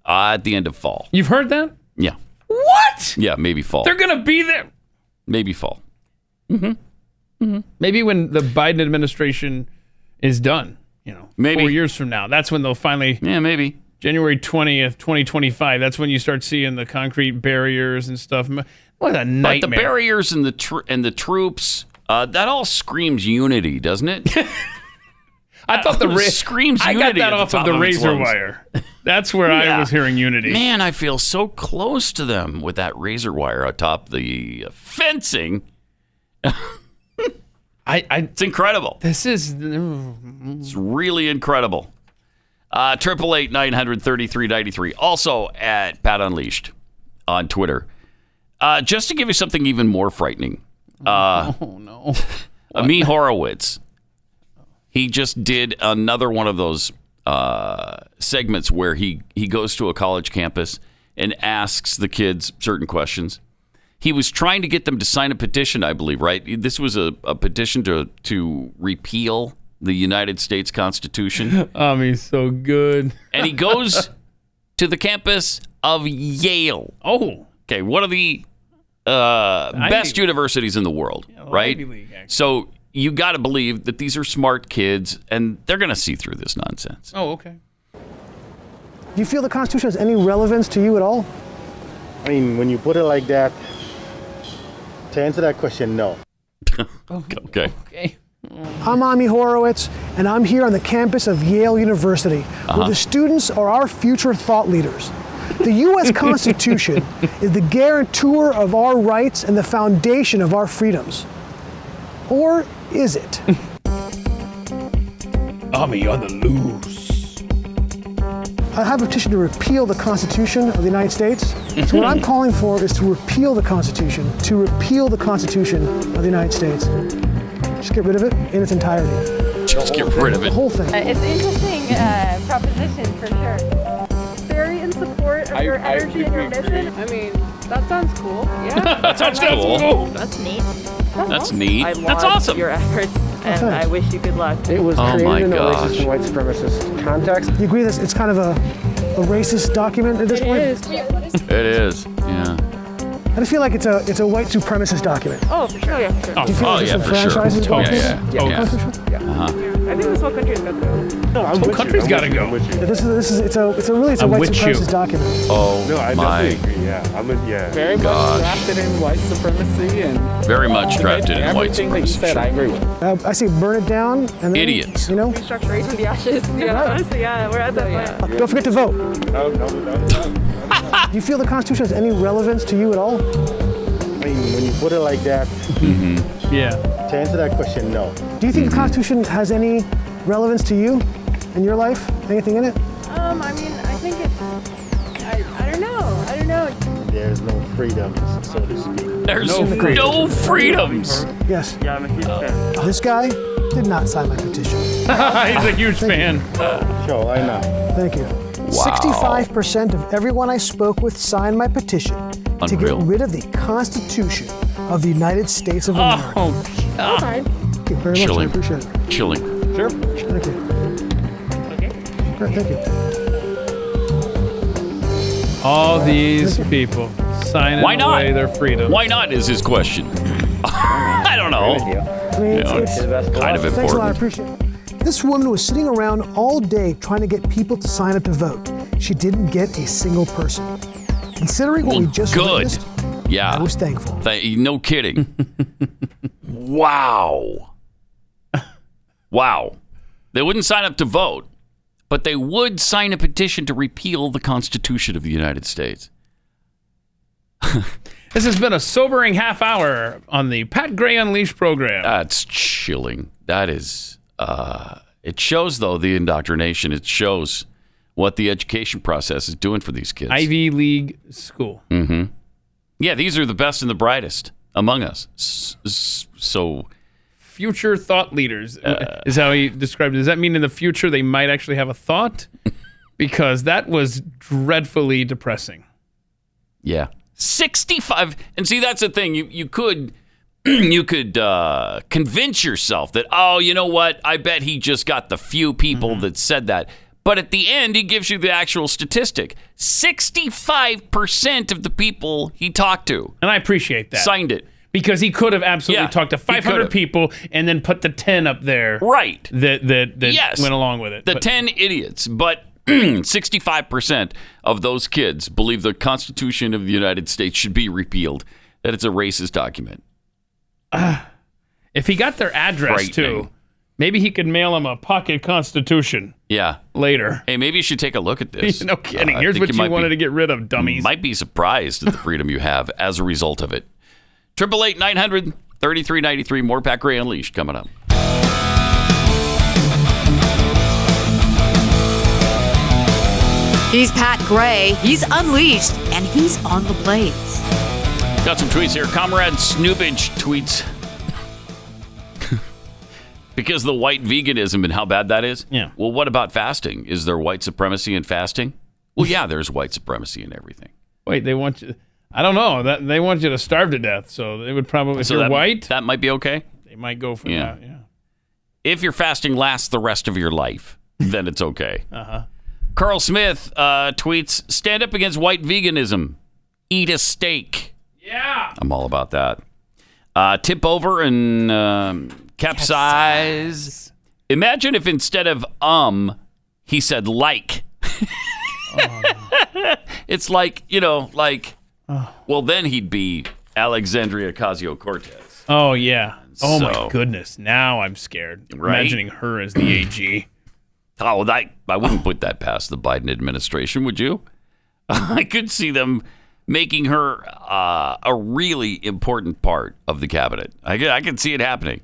Speaker 2: uh, at the end of fall.
Speaker 3: You've heard that?
Speaker 2: Yeah,
Speaker 3: What?
Speaker 2: yeah, maybe fall,
Speaker 3: They're going to be there.
Speaker 2: maybe fall.
Speaker 3: Maybe when the Biden administration is done, you know,
Speaker 2: Maybe.
Speaker 3: four years from now, that's when they'll finally.
Speaker 2: Yeah, maybe.
Speaker 3: January 20th, 2025. That's when you start seeing the concrete barriers and stuff. What a nightmare.
Speaker 2: But the barriers and the tr- and the troops, uh, that all screams unity, doesn't it?
Speaker 3: I thought the
Speaker 2: It
Speaker 3: ra-
Speaker 2: screams
Speaker 3: I got
Speaker 2: unity at
Speaker 3: that
Speaker 2: the
Speaker 3: off of
Speaker 2: top
Speaker 3: the
Speaker 2: of its
Speaker 3: razor
Speaker 2: lungs.
Speaker 3: wire. That's where I
Speaker 2: Yeah.
Speaker 3: was hearing unity.
Speaker 2: Man, I feel so close to them with that razor wire atop the uh, fencing.
Speaker 3: I, I, it's
Speaker 2: incredible.
Speaker 3: This is
Speaker 2: It's really incredible. Uh, Triple eight nine hundred thirty three ninety three. Also at Pat Unleashed on Twitter. Uh, just to give you something even more frightening. Uh,
Speaker 3: oh no,
Speaker 2: Ami Horowitz. He just did another one of those uh, segments where he, he goes to a college campus and asks the kids certain questions. He was trying to get them to sign a petition, I believe, right? This was a, a petition to, to repeal the United States Constitution.
Speaker 3: Um, he's so good.
Speaker 2: And he goes to the campus of Yale.
Speaker 3: Oh.
Speaker 2: Okay, one of the uh, best universities in the world, right? so you got to believe that these are smart kids and they're going to see through this nonsense.
Speaker 3: Oh, okay.
Speaker 16: Do you feel the Constitution has any relevance to you at all?
Speaker 17: I mean, when you put it like that, to answer that question, no.
Speaker 2: Oh, okay.
Speaker 3: Okay.
Speaker 16: I'm Ami Horowitz, and I'm here on the campus of Yale University,
Speaker 2: Uh-huh.
Speaker 16: where the students are our future thought leaders. The U.S. Constitution is the guarantor of our rights and the foundation of our freedoms. Or is it?
Speaker 3: Ami on the loose.
Speaker 16: I have a petition to repeal the Constitution of the United States. So what I'm calling for is to repeal the Constitution, to repeal the Constitution of the United States. Just get rid of it in its entirety.
Speaker 2: Just get rid of
Speaker 16: The
Speaker 2: it.
Speaker 16: whole thing.
Speaker 18: Uh, it's interesting uh, proposition for sure. Very in support of
Speaker 16: I-
Speaker 18: your
Speaker 16: I
Speaker 18: energy and your
Speaker 16: think
Speaker 18: mission. I mean, that sounds cool. Yeah.
Speaker 2: That sounds That's cool. cool.
Speaker 18: That's neat.
Speaker 2: That's neat.
Speaker 18: I
Speaker 2: That's
Speaker 18: laud
Speaker 2: awesome.
Speaker 18: Your efforts, and I wish you good luck.
Speaker 16: It was
Speaker 2: Oh my gosh.
Speaker 16: white supremacist context. You agree that it's kind of a, a racist document at this point?
Speaker 2: It is. Yeah.
Speaker 16: I just feel like it's a it's a white supremacist document.
Speaker 18: Oh, for sure. Yeah, for sure.
Speaker 2: Oh,
Speaker 16: Do you feel
Speaker 2: oh,
Speaker 16: like
Speaker 2: yeah, for sure.
Speaker 16: disenfranchises
Speaker 2: Totally.
Speaker 16: black
Speaker 2: Yeah, oh,
Speaker 16: people?
Speaker 2: yeah,
Speaker 3: Oh,
Speaker 2: yeah.
Speaker 18: I think this whole country's got to
Speaker 16: No, I'm with you.
Speaker 3: Country's
Speaker 16: I'm
Speaker 3: got to
Speaker 16: with
Speaker 3: go.
Speaker 16: This is this is it's a it's a really it's a
Speaker 3: I'm
Speaker 16: white
Speaker 3: with you.
Speaker 16: supremacist document.
Speaker 2: Oh,
Speaker 19: No, I
Speaker 2: my.
Speaker 19: definitely agree. Yeah, I'm a, yeah.
Speaker 2: Very much Gosh.
Speaker 19: drafted in white supremacy and
Speaker 2: Very much drafted in white supremacy.
Speaker 16: Uh, I say burn it down and then
Speaker 2: Idiots.
Speaker 16: you know.
Speaker 18: construct race to the ashes. Yeah, honestly, yeah, we're at that point.
Speaker 16: Don't forget to vote. Do you feel the Constitution has any relevance to you at all?
Speaker 17: I mean, when you put it like that,
Speaker 3: yeah.
Speaker 17: to answer that question, no.
Speaker 16: Do you think the Constitution has any relevance to you in your life? Anything in it?
Speaker 18: Um, I mean, I think it's. I, I don't know. I don't know.
Speaker 17: There's no freedom, so to speak.
Speaker 2: There's no, freedoms.
Speaker 16: Yes. Yeah, I'm a huge fan. This guy did not sign my petition.
Speaker 3: He's a huge fan.
Speaker 17: Sure, why not?
Speaker 16: Thank you. 65% of everyone I spoke with signed my petition to get
Speaker 2: Unreal.
Speaker 16: rid of the Constitution of the United States of America.
Speaker 3: Oh,
Speaker 16: God. Thank you very much. I
Speaker 2: Chilling.
Speaker 16: appreciate it.
Speaker 2: Chilling.
Speaker 16: Sure. Thank you. Okay. Great, thank you.
Speaker 3: All these people signing
Speaker 2: Why not?
Speaker 3: away their freedom.
Speaker 2: Why not is his question. I don't know.
Speaker 16: I mean, it's-
Speaker 2: Yeah,
Speaker 16: it's-
Speaker 2: it's kind of
Speaker 16: Uh, Thanks a lot. I
Speaker 2: important.
Speaker 16: appreciate it. This woman was sitting around all day trying to get people to sign up to vote. She didn't get a single person. Considering what we just
Speaker 2: Mm, Good. Ah.
Speaker 16: witnessed,
Speaker 2: Yeah.
Speaker 16: I was thankful.
Speaker 2: Th- no kidding. wow. Wow. They wouldn't sign up to vote, but they would sign a petition to repeal the Constitution of the United States.
Speaker 3: This has been a sobering half hour on the Pat Gray Unleashed program.
Speaker 2: That's chilling. That is. Uh, it shows, though, the indoctrination. It shows what the education process is doing for these kids.
Speaker 3: Ivy League school.
Speaker 2: hmm Yeah, these are the best and the brightest among us. S- s- So,
Speaker 3: Future thought leaders
Speaker 2: Uh,
Speaker 3: is how he described it. Does that mean in the future they might actually have a thought? because that was dreadfully depressing.
Speaker 2: yeah, sixty-five. And see, that's the thing. You you could you could uh, convince yourself that oh, you know what? I bet he just got the few people
Speaker 3: Mm-hmm.
Speaker 2: that said that. But at the end, he gives you the actual statistic: sixty-five percent of the people he talked to
Speaker 3: And I appreciate that.
Speaker 2: signed it.
Speaker 3: because he could have absolutely
Speaker 2: Yeah,
Speaker 3: talked to
Speaker 2: he
Speaker 3: 500
Speaker 2: could've.
Speaker 3: people and then put the 10 up there.
Speaker 2: Right.
Speaker 3: That that, that
Speaker 2: yes,
Speaker 3: went along with it.
Speaker 2: The
Speaker 3: But-
Speaker 2: ten idiots, but sixty-five percent of those kids believe the Constitution of the United States should be repealed. That it's a racist document.
Speaker 3: If he got their address too,
Speaker 2: Frightening.
Speaker 3: maybe he could mail them a pocket constitution.
Speaker 2: Yeah.
Speaker 3: Later.
Speaker 2: Hey, maybe you should take a look at this.
Speaker 3: No kidding.
Speaker 2: Uh, I
Speaker 3: Here's
Speaker 2: think
Speaker 3: what you
Speaker 2: might
Speaker 3: wanted
Speaker 2: be,
Speaker 3: to get rid of, dummies.
Speaker 2: Might be surprised at the freedom you have as a result of it. Triple eight nine hundred thirty three ninety three. More Pat Gray Unleashed coming up.
Speaker 20: He's Pat Gray. He's unleashed, and he's on the blades.
Speaker 2: Got some tweets here. Comrade Snoobage tweets. Because the white veganism and how bad that is? Yeah. Well, what about fasting? Is there white supremacy in fasting? Well, yeah, there's white supremacy in everything.
Speaker 3: Wait, they want you. I don't know. That they want you to starve to death, so they would probably. If
Speaker 2: So
Speaker 3: you're
Speaker 2: that-
Speaker 3: white,
Speaker 2: that might be okay.
Speaker 3: they might go for
Speaker 2: Yeah.
Speaker 3: that. Yeah.
Speaker 2: If your fasting lasts the rest of your life, then it's okay.
Speaker 3: Uh huh.
Speaker 2: Carl Smith uh, tweets Stand up against white veganism. Eat a steak. Yeah. I'm all about that. Uh, tip over and um, capsize. Imagine if instead of um, he said like. it's like, you know, like, well, then he'd be Alexandria Ocasio Cortez.
Speaker 3: Oh yeah. Oh my
Speaker 2: So-
Speaker 3: goodness. Now I'm scared.
Speaker 2: Right?
Speaker 3: Imagining her as the AG.
Speaker 2: Oh, that, I wouldn't put that past the Biden administration, would you? I could see them making her uh, a really important part of the cabinet. I could, I could see it happening.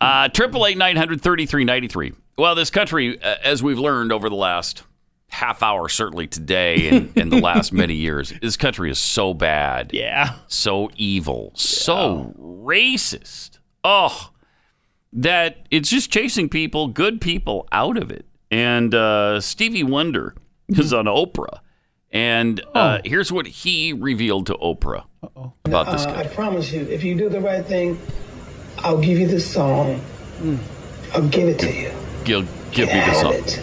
Speaker 2: Uh, Triple eight nine hundred thirty three ninety three. Well, this country, uh, as we've learned over the last half hour, certainly today and, and the last many years, this country is so bad.
Speaker 3: Yeah.
Speaker 2: So evil. So racist. Oh, that it's just chasing people, good people, out of it. And uh, Stevie Wonder
Speaker 21: Mm-hmm.
Speaker 2: is on Oprah. And
Speaker 21: Oh.
Speaker 2: uh, here's what he revealed to Oprah about this
Speaker 21: Uh,
Speaker 2: guy.
Speaker 21: I promise you, if you do the right thing, I'll give you this song. I'll give it to you.
Speaker 2: Gil, give me the
Speaker 21: Have
Speaker 2: song.
Speaker 21: Uh, it.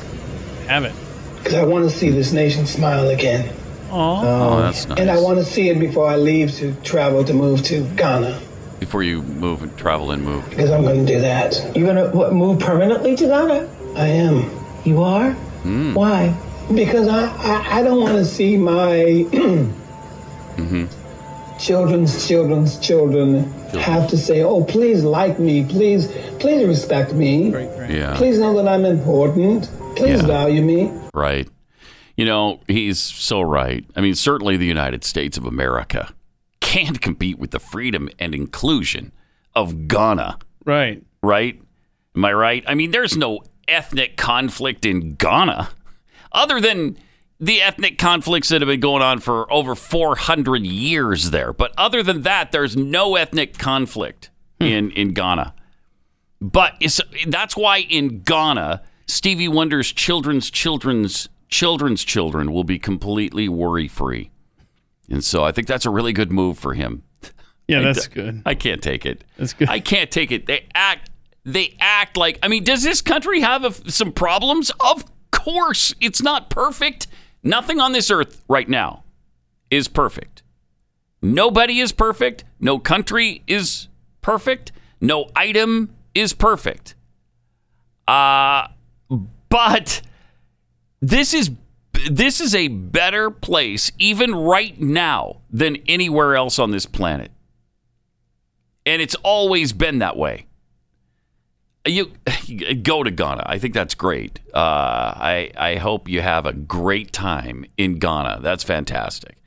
Speaker 3: Have it.
Speaker 21: Because I want to see this nation smile again.
Speaker 2: Oh, that's nice.
Speaker 21: Um, And I want to see it before I leave to travel to move to Ghana.
Speaker 2: Before you move and travel and move.
Speaker 21: Because I'm going to do that. You're going to what, move permanently to Ghana? I am. You are?
Speaker 2: Mm.
Speaker 21: Why? Because I, I, I don't want to see my
Speaker 2: hmm
Speaker 21: children's children's children have to say, "Oh, please like me, please, please respect me,
Speaker 2: Yeah.
Speaker 21: please know that I'm important, please uh, value me."
Speaker 2: Right. You know, he's so right. I mean, certainly the United States of America can't compete with the freedom and inclusion of Ghana,
Speaker 3: Right.
Speaker 2: right? Am I right? I mean, there's no ethnic conflict in Ghana other than the ethnic conflicts that have been going on for over 400 years there. But other than that, there's no ethnic conflict in, in Ghana. But it's, that's why in Ghana, Stevie Wonder's children's children's children's children will be completely worry free. And so I think that's a really good move for him.
Speaker 3: Yeah,
Speaker 2: I
Speaker 3: that's
Speaker 2: d-
Speaker 3: good.
Speaker 2: I can't take it.
Speaker 3: That's good.
Speaker 2: I can't take it. They act they act like I mean, does this country have a, some problems? Of course. It's not perfect. Nothing on this earth right now is perfect. Nobody is perfect. No country is perfect. No item is perfect. Uh, but this is this is a better place even right now than anywhere else on this planet. And it's always been that way. You go to Ghana. I think that's great. Uh, I I hope you have a great time in Ghana. That's fantastic.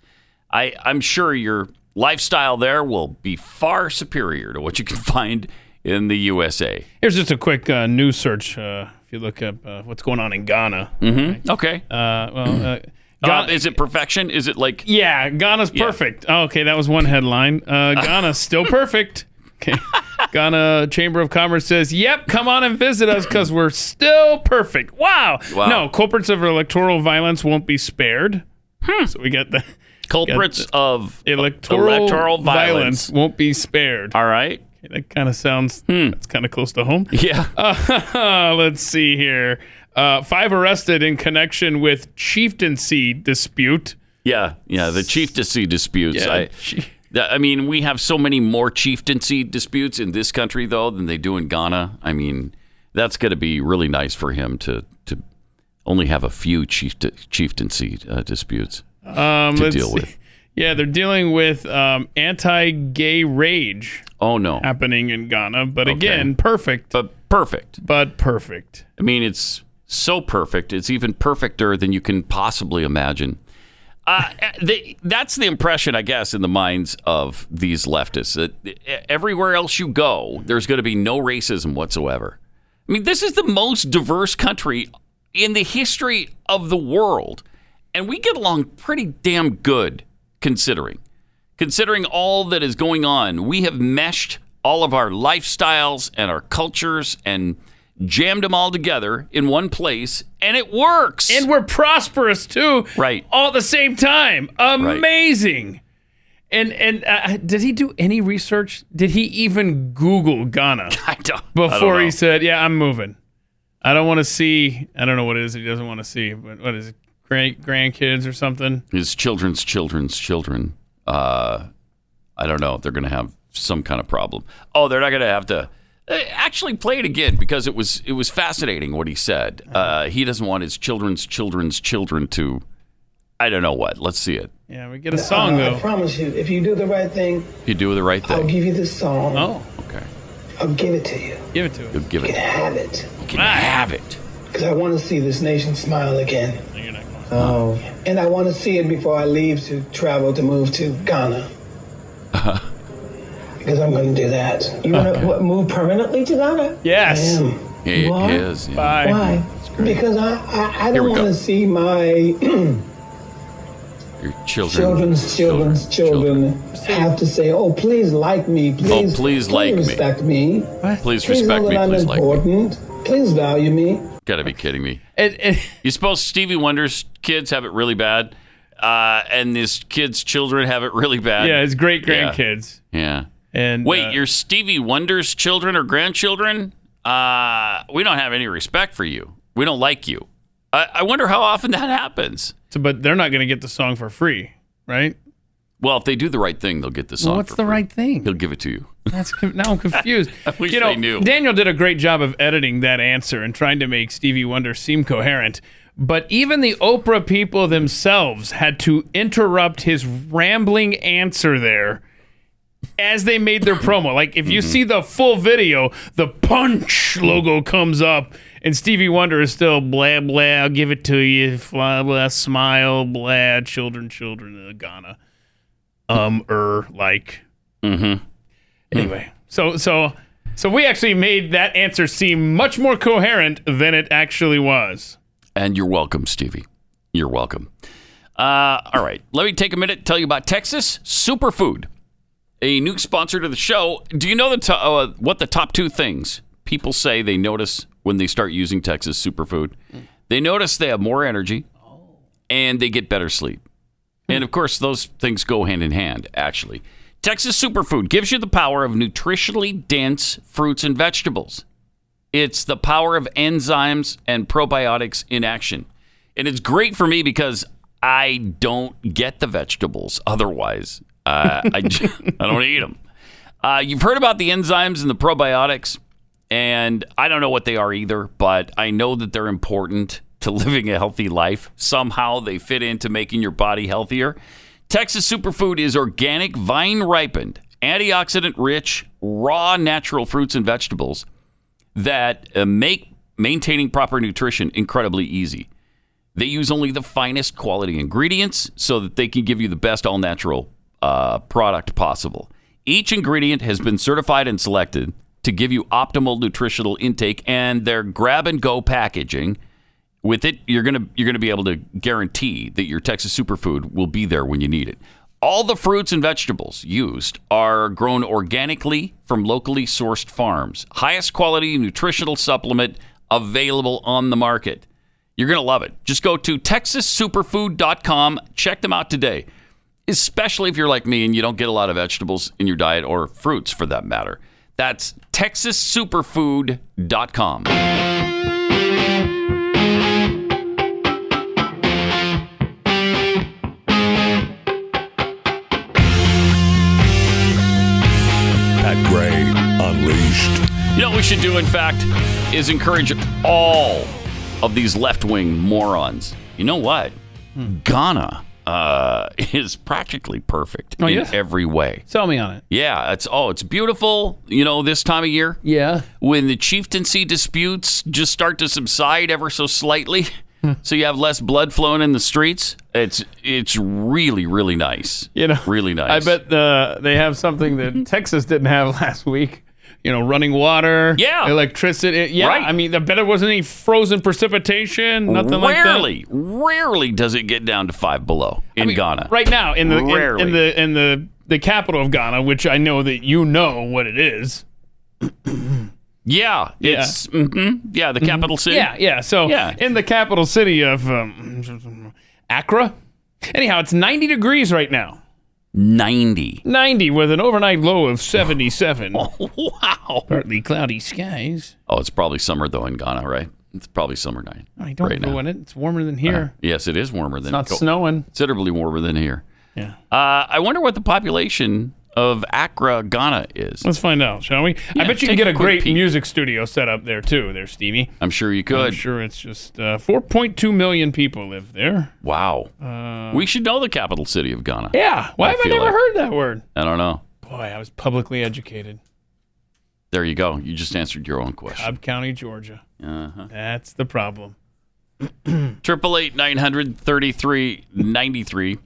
Speaker 2: I I'm sure your lifestyle there will be far superior to what you can find in the USA.
Speaker 3: Here's just a quick uh, news search. Uh, if you look up uh, what's going on in Ghana.
Speaker 2: Mm-hmm. Okay.
Speaker 3: Uh, well, uh,
Speaker 2: Uh, is it perfection? Is it like
Speaker 3: yeah, Ghana's
Speaker 2: Yeah.
Speaker 3: perfect. Oh, okay, that was one headline. Uh, Ghana's still perfect. Okay. Ghana Chamber of Commerce says, "Yep, come on and visit us because we're still perfect." Wow.
Speaker 2: Wow.
Speaker 3: No, culprits of electoral violence won't be spared.
Speaker 2: Hmm.
Speaker 3: So we got the
Speaker 2: culprits of
Speaker 3: electoral,
Speaker 2: electoral
Speaker 3: violence.
Speaker 2: violence.
Speaker 3: won't be spared.
Speaker 2: All Hmm. right.
Speaker 3: that kind of sounds that's kind of close to home.
Speaker 2: Yeah.
Speaker 3: Uh, let's see here. Uh, five arrested in connection with chieftaincy dispute.
Speaker 2: Yeah, yeah. The chieftaincy disputes.
Speaker 3: Yeah,
Speaker 2: I, th- I mean, we have so many more chieftaincy disputes in this country though than they do in Ghana. I mean, that's going to be really nice for him to to only have a few chiefta- chieftaincy uh, disputes
Speaker 3: Um,
Speaker 2: to
Speaker 3: let's
Speaker 2: deal
Speaker 3: see.
Speaker 2: with.
Speaker 3: Yeah, they're dealing with um, anti-gay rage
Speaker 2: Oh no.
Speaker 3: happening in Ghana, but
Speaker 2: Okay.
Speaker 3: again, perfect.
Speaker 2: But perfect.
Speaker 3: But perfect.
Speaker 2: I mean, it's so perfect. It's even perfecter than you can possibly imagine. Uh, they, that's the impression, I guess, in the minds of these leftists that everywhere else you go, there's going to be no racism whatsoever. I mean, this is the most diverse country in the history of the world, and we get along pretty damn good considering. Considering all that is going on, we have meshed all of our lifestyles and our cultures and jammed them all together in one place, and it works.
Speaker 3: And we're prosperous too.
Speaker 2: Right.
Speaker 3: All at the same time. Amazing. And and uh, did he do any research? Did he even Google Ghana before he
Speaker 2: know.
Speaker 3: said, "Yeah, I'm moving. I don't want to see. I don't know what it is. He doesn't want to see. What, what is it? Grand, grandkids or something?
Speaker 2: His children's children's children. Uh, I don't know. They're going to have some kind of problem. Oh, they're not going to have to uh, actually play it again because it was it was fascinating what he said.
Speaker 21: Uh-huh.
Speaker 2: Uh, he doesn't want his children's children's children to. I don't know what. Let's see it.
Speaker 3: Yeah, we get a song
Speaker 21: I, I
Speaker 3: though.
Speaker 21: promise you, if you do the right thing,
Speaker 2: If you do the right
Speaker 21: I'll
Speaker 2: thing,
Speaker 21: give you this song.
Speaker 3: Oh.
Speaker 2: okay,
Speaker 21: I'll give it to you.
Speaker 3: give it to him.
Speaker 2: you'll give
Speaker 21: You
Speaker 2: it.
Speaker 21: can have it.
Speaker 2: You can have it.
Speaker 21: Because I want to see this nation smile again.
Speaker 2: Oh.
Speaker 21: Um, and I want to see it before I leave to travel to move to Ghana. Because I'm going to do that. You want to what, move permanently to Ghana?
Speaker 3: Yes.
Speaker 21: I am.
Speaker 2: It
Speaker 21: Why?
Speaker 2: is, yeah.
Speaker 21: Why? Because I, I, I
Speaker 2: Here
Speaker 21: don't
Speaker 2: we
Speaker 21: want
Speaker 2: go.
Speaker 21: to see my
Speaker 2: Your children.
Speaker 21: children's children's children have to say, "Oh, please like me. Please,
Speaker 2: Oh, please like me.
Speaker 21: respect me.
Speaker 2: Please
Speaker 21: Please
Speaker 2: respect
Speaker 21: know
Speaker 2: me.
Speaker 21: that
Speaker 2: Please
Speaker 21: I'm
Speaker 2: like me.
Speaker 21: important. Please value me."
Speaker 2: Gotta be kidding me.
Speaker 3: And, and
Speaker 2: You suppose Stevie Wonder's kids have it really bad, uh, and his kids' children have it really bad.
Speaker 3: yeah, his great
Speaker 2: Yeah.
Speaker 3: grandkids.
Speaker 2: Yeah.
Speaker 3: And
Speaker 2: Wait,
Speaker 3: uh,
Speaker 2: your Stevie Wonder's children or grandchildren? Uh, we don't have any respect for you. We don't like you. I, I wonder how often that happens.
Speaker 3: so- but they're not going to get the song for free, right?
Speaker 2: Well, if they do the right thing, they'll get the
Speaker 3: Well,
Speaker 2: song.
Speaker 3: what's
Speaker 2: for
Speaker 3: the
Speaker 2: free.
Speaker 3: right thing?
Speaker 2: He'll give it to you.
Speaker 3: That's con- now I'm confused.
Speaker 2: I wish
Speaker 3: you know,
Speaker 2: they knew.
Speaker 3: Daniel did a great job of editing that answer and trying to make Stevie Wonder seem coherent. But even the Oprah people themselves had to interrupt his rambling answer there as they made their promo. Like if you
Speaker 2: Mm-hmm.
Speaker 3: see the full video, the punch logo comes up and Stevie Wonder is still blah blah, I'll give it to you, blah blah, smile, blah, children, children of Ghana. Um er like
Speaker 2: Mm-hmm.
Speaker 3: Anyway, so so so we actually made that answer seem much more coherent than it actually was.
Speaker 2: And you're welcome, Stevie. You're welcome. Uh, all right. Let me take a minute to tell you about Texas Superfood, a new sponsor to the show. Do you know the to- uh, what the top two things people say they notice when they start using Texas Superfood? They notice they have more energy and they get better sleep. And of course, those things go hand in hand, actually. Texas Superfood gives you the power of nutritionally dense fruits and vegetables. It's the power of enzymes and probiotics in action. And it's great for me because I don't get the vegetables otherwise. Uh, I, j- I don't eat them. Uh, you've heard about the enzymes and the probiotics, and I don't know what they are either, but I know that they're important to living a healthy life. Somehow they fit into making your body healthier. Texas Superfood is organic, vine ripened, antioxidant rich, raw natural fruits and vegetables that uh, make maintaining proper nutrition incredibly easy. They use only the finest quality ingredients so that they can give you the best all natural uh, product possible. Each ingredient has been certified and selected to give you optimal nutritional intake, and their grab and go packaging. With it, you're gonna you're gonna be able to guarantee that your Texas superfood will be there when you need it. All the fruits and vegetables used are grown organically from locally sourced farms. Highest quality nutritional supplement available on the market. You're going to love it. Just go to texassuperfood.com. Check them out today, especially if you're like me and you don't get a lot of vegetables in your diet or fruits for that matter. That's texassuperfood.com.
Speaker 9: Pat Gray Unleashed.
Speaker 2: You know what we should do, in fact, is encourage all of these left wing morons. You know what?
Speaker 3: Hmm.
Speaker 2: Ghana uh, is practically perfect
Speaker 3: Oh,
Speaker 2: in
Speaker 3: yeah?
Speaker 2: every way.
Speaker 3: Sell me on it.
Speaker 2: Yeah, it's oh, it's beautiful. You know, this time of year.
Speaker 3: Yeah.
Speaker 2: When the chieftaincy disputes just start to subside ever so slightly,
Speaker 3: Hmm.
Speaker 2: so you have less blood flowing in the streets. It's it's really really nice.
Speaker 3: You know,
Speaker 2: really nice.
Speaker 3: I bet uh, they have something that Texas didn't have last week. you know, running water,
Speaker 2: Yeah.
Speaker 3: electricity. yeah,
Speaker 2: Right.
Speaker 3: I mean, the bet there wasn't any frozen precipitation, nothing like that.
Speaker 2: rarely, rarely does it get down to five below in Ghana.
Speaker 3: Right now, in the in,
Speaker 2: Rarely.
Speaker 3: in the in the the capital of Ghana, which I know that you know what it is.
Speaker 2: Yeah,
Speaker 3: Yeah. Mm-hmm.
Speaker 2: it's mhm, yeah the capital city.
Speaker 3: Yeah, yeah. So
Speaker 2: yeah,
Speaker 3: in the capital city of um, Accra. Anyhow, it's 90 degrees right now.
Speaker 2: 90.
Speaker 3: 90 with an overnight low of 77.
Speaker 2: Oh, wow.
Speaker 3: Partly cloudy skies.
Speaker 2: Oh, it's probably summer though in Ghana, right? It's probably summer night.
Speaker 3: I don't
Speaker 2: right
Speaker 3: know
Speaker 2: now. Uh-huh.
Speaker 3: what it. It's warmer than here.
Speaker 2: Yes, it is warmer than
Speaker 3: not snowing.
Speaker 2: Considerably warmer than here.
Speaker 3: Yeah.
Speaker 2: Uh, I wonder what the population of Accra, Ghana is.
Speaker 3: Let's find out, shall we? I bet you
Speaker 2: Uh,
Speaker 3: can
Speaker 2: take
Speaker 3: get
Speaker 2: a
Speaker 3: a
Speaker 2: quick
Speaker 3: great music studio set up there too. There, Stevie.
Speaker 2: I'm sure you
Speaker 3: I'm
Speaker 2: could.
Speaker 3: sure it's just uh, 4.2 million people live there.
Speaker 2: Wow.
Speaker 3: Uh,
Speaker 2: we should know the capital city of Ghana.
Speaker 3: Yeah. Why have I
Speaker 2: feel
Speaker 3: never
Speaker 2: like-
Speaker 3: heard that word?
Speaker 2: I don't know.
Speaker 3: Boy, I was publicly educated.
Speaker 2: There you go. You just answered your own question.
Speaker 3: Cobb County, Georgia.
Speaker 2: Uh-huh.
Speaker 3: That's the problem.
Speaker 2: Triple eight nine hundred thirty three ninety three.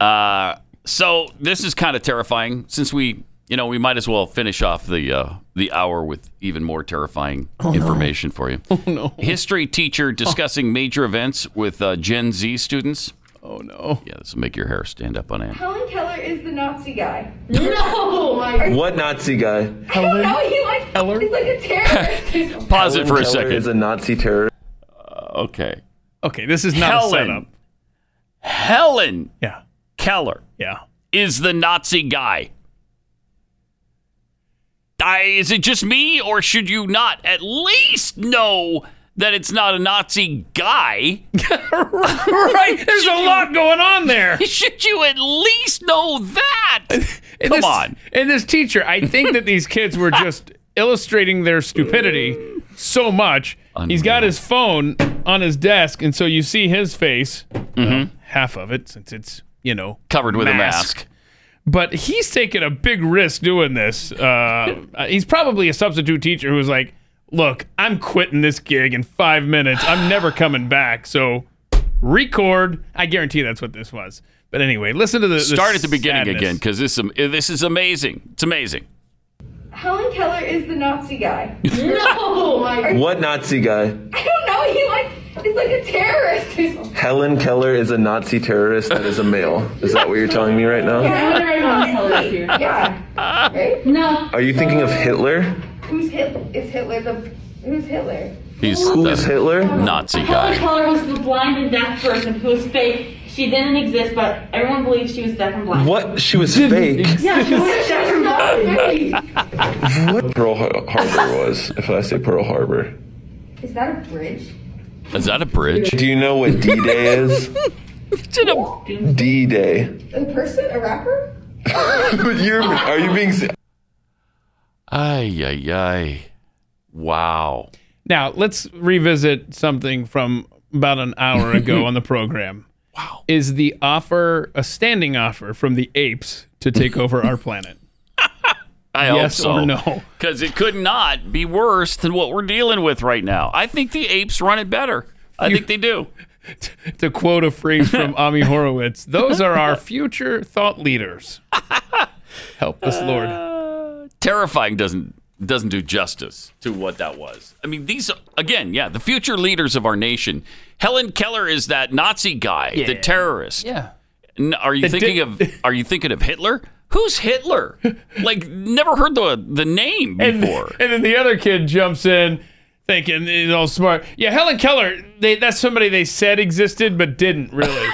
Speaker 2: Uh, so this is kind of terrifying. Since we, you know, we might as well finish off the uh, the hour with even more terrifying information for you. Oh
Speaker 3: no!
Speaker 2: History teacher discussing major events with uh, Gen Z students.
Speaker 3: Oh no!
Speaker 2: Yeah, this will make your hair stand up on end.
Speaker 18: Helen Keller is the Nazi guy. No!
Speaker 10: What Nazi guy?
Speaker 18: I don't know. He like, He's like a terrorist.
Speaker 2: Pause it for a second.
Speaker 10: Is a Nazi terrorist.
Speaker 2: okay.
Speaker 3: Okay, this is not
Speaker 2: Helen.
Speaker 3: a setup.
Speaker 2: Helen.
Speaker 3: Yeah.
Speaker 2: Keller.
Speaker 3: Yeah.
Speaker 2: Is the Nazi guy. I, is it just me, or should you not at least know that it's not a Nazi guy?
Speaker 3: right. There's a lot going on there.
Speaker 2: Should you at least know that?
Speaker 3: And
Speaker 2: Come
Speaker 3: this-
Speaker 2: on.
Speaker 3: And this teacher, I think that these kids were just illustrating their stupidity so much. He's got his phone on his desk, and so you see his face, well, half of it, since it's you know
Speaker 2: Mm-hmm. Covered with a mask.
Speaker 3: But he's taking a big risk doing this. Uh, he's probably a substitute teacher who's like, "Look, I'm quitting this gig in five minutes. I'm never coming back." So record. I guarantee that's what this was. But anyway, listen to the, the
Speaker 2: Start at the beginning
Speaker 3: sadness.
Speaker 2: again, because this, am- this is amazing. It's amazing.
Speaker 18: Helen Keller is the Nazi guy. No!
Speaker 10: What Nazi
Speaker 18: I
Speaker 10: guy?
Speaker 18: don't know. He like, he's like a terrorist.
Speaker 10: Helen Keller is a Nazi terrorist that is a male. Is that what you're telling me right now?
Speaker 18: yeah. Right? No.
Speaker 10: Are you thinking of Hitler?
Speaker 18: Who's Hitler? Is Hitler the? Who's Hitler?
Speaker 2: He's
Speaker 10: Who
Speaker 2: the
Speaker 10: is Hitler?
Speaker 2: Nazi
Speaker 22: Helen
Speaker 2: guy.
Speaker 22: Keller was the blind and deaf person who was fake. She didn't exist, but everyone believed she was deaf and blind.
Speaker 10: What? She was fake.
Speaker 22: Yeah, she was deaf and blind.
Speaker 10: What Pearl Har- Harbor was, if I say Pearl Harbor.
Speaker 18: Is that a bridge?
Speaker 2: Is that a bridge?
Speaker 10: Do you know what D Day is? D Day.
Speaker 18: A person? A rapper?
Speaker 10: You're, are you being. se-
Speaker 2: Ay, ay, ay. Wow.
Speaker 3: Now, let's revisit something from about an hour ago on the program. Wow. Is the offer a standing offer from the apes to take over our planet?
Speaker 2: I
Speaker 3: Yes
Speaker 2: hope so.
Speaker 3: or no?
Speaker 2: Because it could not be worse than what we're dealing with right now. I think the apes run it better. I think they do.
Speaker 3: To quote a phrase from Ami Horowitz, those are our future thought leaders. Help us, Lord.
Speaker 2: Terrifying doesn't doesn't do justice to what that was. I mean, these again, yeah, the future leaders of our nation. Helen Keller is that Nazi guy, the
Speaker 3: Yeah.
Speaker 2: terrorist.
Speaker 3: Yeah.
Speaker 2: N- Are you
Speaker 3: The
Speaker 2: thinking
Speaker 3: di-
Speaker 2: of Are you thinking of Hitler? Who's Hitler? like, never heard the the name
Speaker 3: And,
Speaker 2: before.
Speaker 3: and then the other kid jumps in thinking he's all smart. Yeah, Helen Keller, they, that's somebody they said existed but didn't really.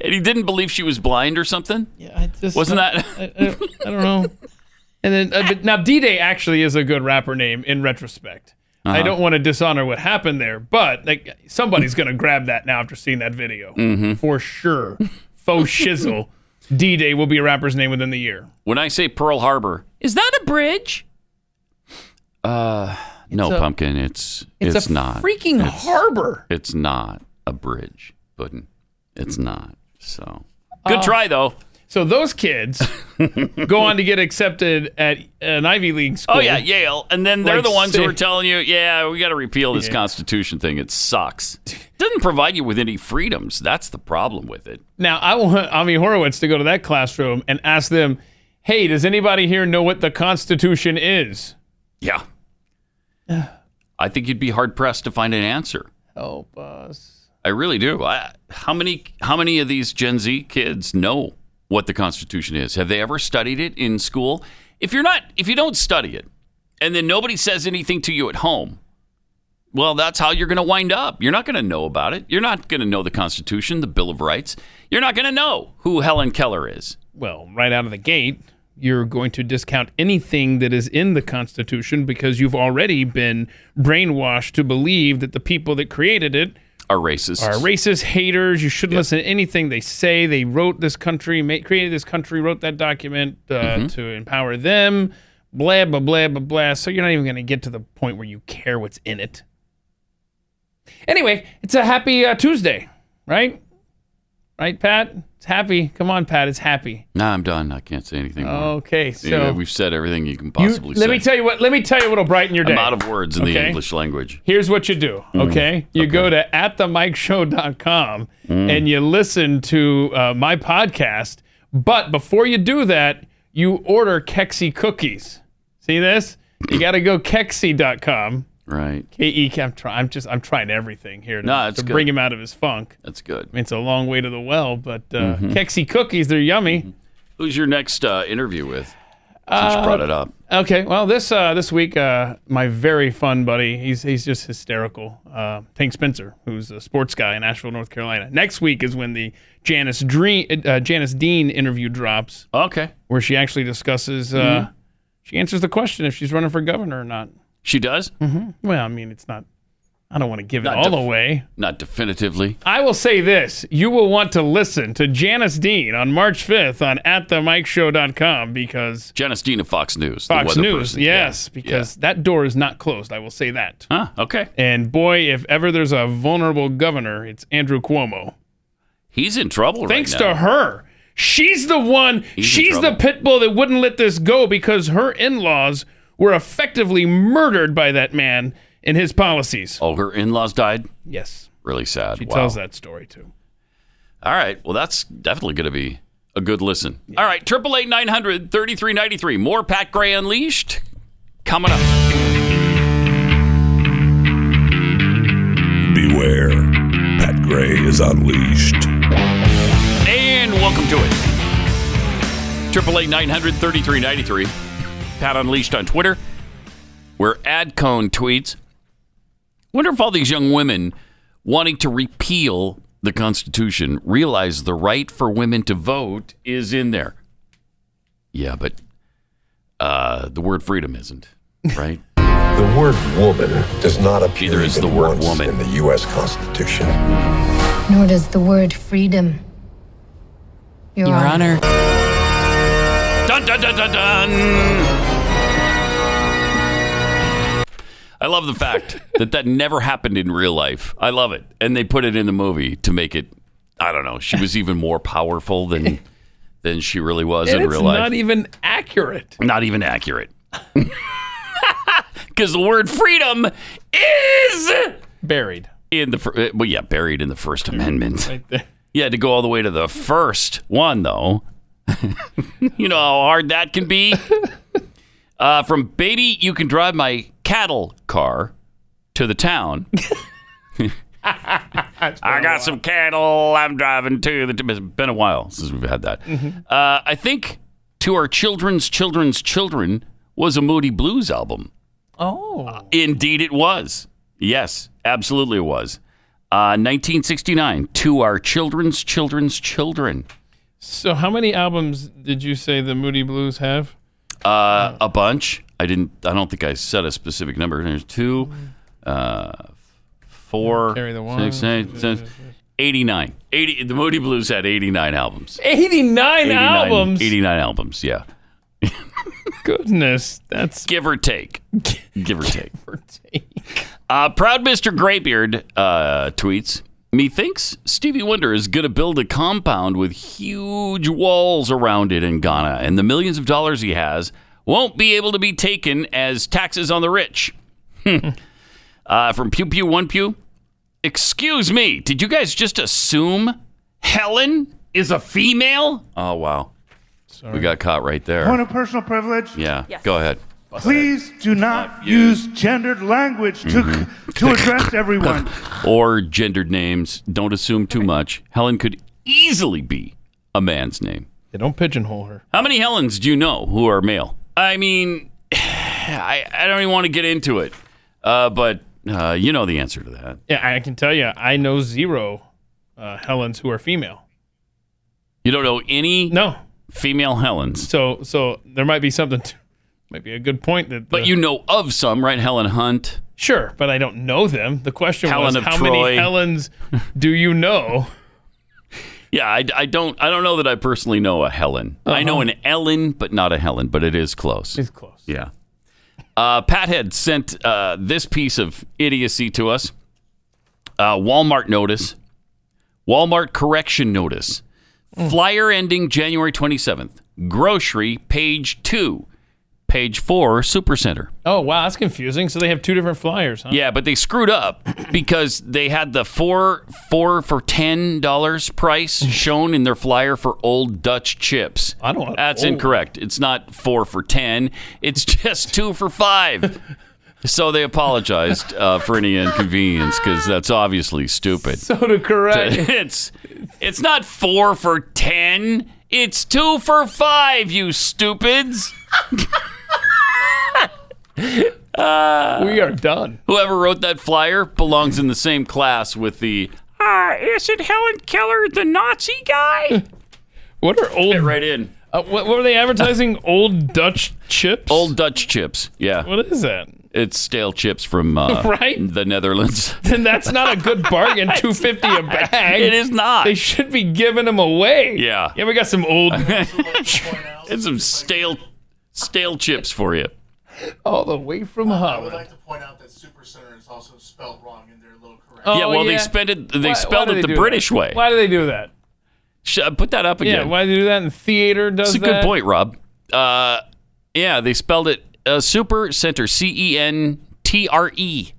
Speaker 2: and he didn't believe she was blind or something.
Speaker 3: Yeah, I just
Speaker 2: wasn't that.
Speaker 3: I, I, don't- I don't know. And then, uh, but now D Day actually is a good rapper name in retrospect. I
Speaker 2: Uh-huh.
Speaker 3: don't want to dishonor what happened there, but like somebody's gonna grab that now after seeing that video
Speaker 2: Mhm.
Speaker 3: for sure. Faux shizzle. D Day will be a rapper's name within the year.
Speaker 2: When I say Pearl Harbor,
Speaker 3: Is that a bridge?
Speaker 2: uh, no,
Speaker 3: a-
Speaker 2: pumpkin, it's
Speaker 3: it's
Speaker 2: it's,
Speaker 3: a
Speaker 2: not
Speaker 3: freaking
Speaker 2: It's-
Speaker 3: harbor.
Speaker 2: It's not a bridge, pudding. It's not. So good
Speaker 3: Uh,
Speaker 2: try though.
Speaker 3: So those kids go on to get accepted at an Ivy League school.
Speaker 2: Oh yeah, Yale, and then they're
Speaker 3: Like
Speaker 2: the ones who are
Speaker 3: say-
Speaker 2: telling you, yeah, we got to repeal this
Speaker 3: Yeah.
Speaker 2: Constitution thing. It sucks. Doesn't provide you with any freedoms. That's the problem with it.
Speaker 3: Now I want Ami Horowitz to go to that classroom and ask them, hey, does anybody here know what the Constitution is?
Speaker 2: Yeah. I think you'd be hard pressed to find an answer.
Speaker 3: Help us.
Speaker 2: I really do. I, how many how many of these Gen Z kids know what the Constitution is? Have they ever studied it in school? If you're not if you don't study it and then nobody says anything to you at home, well, that's how you're going to wind up. You're not going to know about it. You're not going to know the Constitution, the Bill of Rights. You're not going to know who Helen Keller is.
Speaker 3: Well, right out of the gate, you're going to discount anything that is in the Constitution because you've already been brainwashed to believe that the people that created it
Speaker 2: Are racists.
Speaker 3: are racist haters. You shouldn't listen to anything they say. They wrote this country, ma- created this country, wrote that document uh,
Speaker 2: Mhm.
Speaker 3: to empower them. Blah blah blah blah blah. So you're not even going to get to the point where you care what's in it. Anyway, it's a happy uh, Tuesday, right? Right, Pat. It's happy. Come on, Pat. It's happy.
Speaker 2: No, I'm done. I can't say anything more.
Speaker 3: Okay, Oh, so
Speaker 2: Mm. Yeah, we've said everything you can
Speaker 3: you-
Speaker 2: possibly
Speaker 3: let
Speaker 2: say.
Speaker 3: me tell you what. Let me tell you what'll brighten your day.
Speaker 2: I'm out of words in the
Speaker 3: Okay?
Speaker 2: English language.
Speaker 3: Here's what you do,
Speaker 2: Mm.
Speaker 3: okay? You go to atthemicshow.com
Speaker 2: Mm.
Speaker 3: and you listen to uh, my podcast. But before you do that, you order Kexi cookies. See this? You got to go kexi.com.
Speaker 2: Right.
Speaker 3: K E. I'm trying. I'm just. I'm trying everything here to,
Speaker 2: No, it's
Speaker 3: to
Speaker 2: good.
Speaker 3: bring him out of his funk.
Speaker 2: That's good.
Speaker 3: I mean, it's a long way to the well, but uh,
Speaker 2: Mhm.
Speaker 3: Kexi cookies, they're yummy.
Speaker 2: Who's your next uh, interview with? Since you
Speaker 3: Uh,
Speaker 2: brought it up.
Speaker 3: Okay. Well, this uh, this week, uh, my very fun buddy, he's he's just hysterical. Uh, Tank Spencer, who's a sports guy in Asheville, North Carolina. Next week is when the Janice Dream, uh, Janice Dean interview drops.
Speaker 2: Okay.
Speaker 3: Where she actually discusses, uh,
Speaker 2: Mhm.
Speaker 3: she answers the question if she's running for governor or not.
Speaker 2: She does?
Speaker 3: hmm Well, I mean, it's not. I don't want to give it
Speaker 2: Mm-hmm. Not
Speaker 3: all
Speaker 2: def-
Speaker 3: away.
Speaker 2: Not definitively.
Speaker 3: I will say this: you will want to listen to Janice Dean on March 5th on atthemikeshow.com because.
Speaker 2: Janice Dean of Fox News. the
Speaker 3: Fox
Speaker 2: weather
Speaker 3: News,
Speaker 2: person.
Speaker 3: yes,
Speaker 2: Yeah.
Speaker 3: because that door is not closed. I will say that.
Speaker 2: Huh, okay.
Speaker 3: And boy, if ever there's a vulnerable governor, it's Andrew Cuomo.
Speaker 2: He's in trouble
Speaker 3: Thanks
Speaker 2: right now.
Speaker 3: to her. She's the one,
Speaker 2: He's in
Speaker 3: she's the
Speaker 2: trouble.
Speaker 3: pit bull that wouldn't let this go because her in laws were effectively murdered by that man and his policies.
Speaker 2: Oh, her in laws died?
Speaker 3: Yes.
Speaker 2: Really sad.
Speaker 3: She
Speaker 2: wow.
Speaker 3: tells that story too.
Speaker 2: All right. Well, that's definitely going to be a good listen. All right. Triple eight nine hundred thirty three ninety three. More Pat Gray Unleashed coming up.
Speaker 9: Beware. Pat Gray is unleashed.
Speaker 2: And welcome to it. Triple eight nine hundred thirty three ninety three. Pat Unleashed on Twitter, where Adcone tweets. Wonder if all these young women wanting to repeal the Constitution realize the right for women to vote is in there. Yeah, but uh, the word freedom isn't right.
Speaker 9: The word woman does not appear
Speaker 2: Neither is the word woman
Speaker 9: in the U.S. Constitution.
Speaker 4: Nor does the word freedom. Your, Honor.
Speaker 2: Dun dun dun dun dun. I love the fact that that never happened in real life. I love it, and they put it in the movie to make it. I don't know. She was even more powerful than than she really was
Speaker 3: And
Speaker 2: in
Speaker 3: it's
Speaker 2: real life.
Speaker 3: not e- even accurate.
Speaker 2: Not even accurate. Because the word freedom is
Speaker 3: buried
Speaker 2: in the fir- uh, well, yeah, buried in the First Amendment. You had to go all the way to the first one, though. you know how hard that can be. Uh, from baby, you can drive my cattle car to the town. I got some cattle. I'm driving to the. It's been a while since we've had that. Uh, I think to our children's children's children was a Moody Blues album.
Speaker 3: Oh.
Speaker 2: Indeed, it was. Yes, absolutely, it was. Uh, 1969 to our children's children's children.
Speaker 3: So, how many albums did you say the Moody Blues have?
Speaker 2: Uh, a bunch. I didn't. I don't think I said a specific number. There's two, uh, four,
Speaker 3: Carry the one.
Speaker 2: six, eight, seven, 89. 80, the Moody Blues had 89 albums.
Speaker 3: 89,
Speaker 2: 89
Speaker 3: albums.
Speaker 2: 89 albums, yeah.
Speaker 3: Goodness, that's
Speaker 2: give or take. Give or take. Uh, Proud Mr. Graybeard uh, tweets Methinks Stevie Wonder is going to build a compound with huge walls around it in Ghana, and the millions of dollars he has won't be able to be taken as taxes on the rich. Hmm. uh, from Pew Pew One Pew Excuse me, did you guys just assume Helen is a female? Oh, wow. We got caught right there.
Speaker 5: Point of personal privilege.
Speaker 2: Yeah. Go ahead.
Speaker 5: Please do not use gendered language to, to address everyone.
Speaker 2: Or gendered names. Don't assume too much. Helen could easily be a man's name.
Speaker 3: They don't pigeonhole her.
Speaker 2: How many Helens do you know who are male? I mean, I, I don't even want to get into it, uh, but uh, you know the answer to that.
Speaker 3: Yeah, I can tell you, I know zero uh, Helens who are female.
Speaker 2: You don't know any
Speaker 3: no
Speaker 2: female Helens.
Speaker 3: So so there might be something, to, might be a good point that.
Speaker 2: But you know of some, right? Helen Hunt.
Speaker 3: Sure, but I don't know them. The question
Speaker 2: Helen
Speaker 3: was
Speaker 2: of
Speaker 3: how
Speaker 2: Troy.
Speaker 3: many Helens do you know?
Speaker 2: Yeah, I, I don't I don't know that I personally know a Helen.
Speaker 3: Uh-huh.
Speaker 2: I know an Ellen, but not a Helen. But it is close. It's
Speaker 3: close.
Speaker 2: Yeah. Uh, Pat had sent uh, this piece of idiocy to us. Uh, Walmart notice. Walmart correction notice. Flyer ending January 27th. Grocery, page two. Page four, Supercenter.
Speaker 3: Oh wow, that's confusing. So they have two different flyers, huh?
Speaker 2: Yeah, but they screwed up because they had the four four for ten dollars price shown in their flyer for Old Dutch chips. I don't. That's incorrect. It's not four for ten. It's just two for five. so they apologized uh, for any inconvenience because that's obviously stupid.
Speaker 3: Soda correct.
Speaker 2: it's it's not four for ten. It's two for five. You stupids. Uh,
Speaker 3: we are done.
Speaker 2: Whoever wrote that flyer belongs in the same class with the Uh, isn't Helen Keller the Nazi guy?
Speaker 3: What are old?
Speaker 2: right in.
Speaker 3: Uh, what, what were they advertising? old Dutch chips.
Speaker 2: Old Dutch chips. Yeah.
Speaker 3: What is that?
Speaker 2: It's stale chips from uh,
Speaker 3: Right?
Speaker 2: the Netherlands.
Speaker 3: Then that's not a good bargain. Two fifty a bag.
Speaker 2: It is not.
Speaker 3: They should be giving them away.
Speaker 2: Yeah.
Speaker 3: Yeah, we got some old.
Speaker 2: it's some stale stale chips for you.
Speaker 3: all the way from Holland. Oh,
Speaker 2: yeah, well they spelled it they
Speaker 3: Why-
Speaker 2: spelled
Speaker 3: why do
Speaker 2: it
Speaker 3: they
Speaker 2: the
Speaker 3: do
Speaker 2: British
Speaker 3: that?
Speaker 2: way.
Speaker 3: Why do they do that?
Speaker 2: Sh- uh, Put that up
Speaker 3: Yeah,
Speaker 2: again.
Speaker 3: why do they do that? And theater does
Speaker 2: That's a
Speaker 3: that.
Speaker 2: good point, Rob. Uh, yeah, they spelled it uh, Super Center, C E N T R E.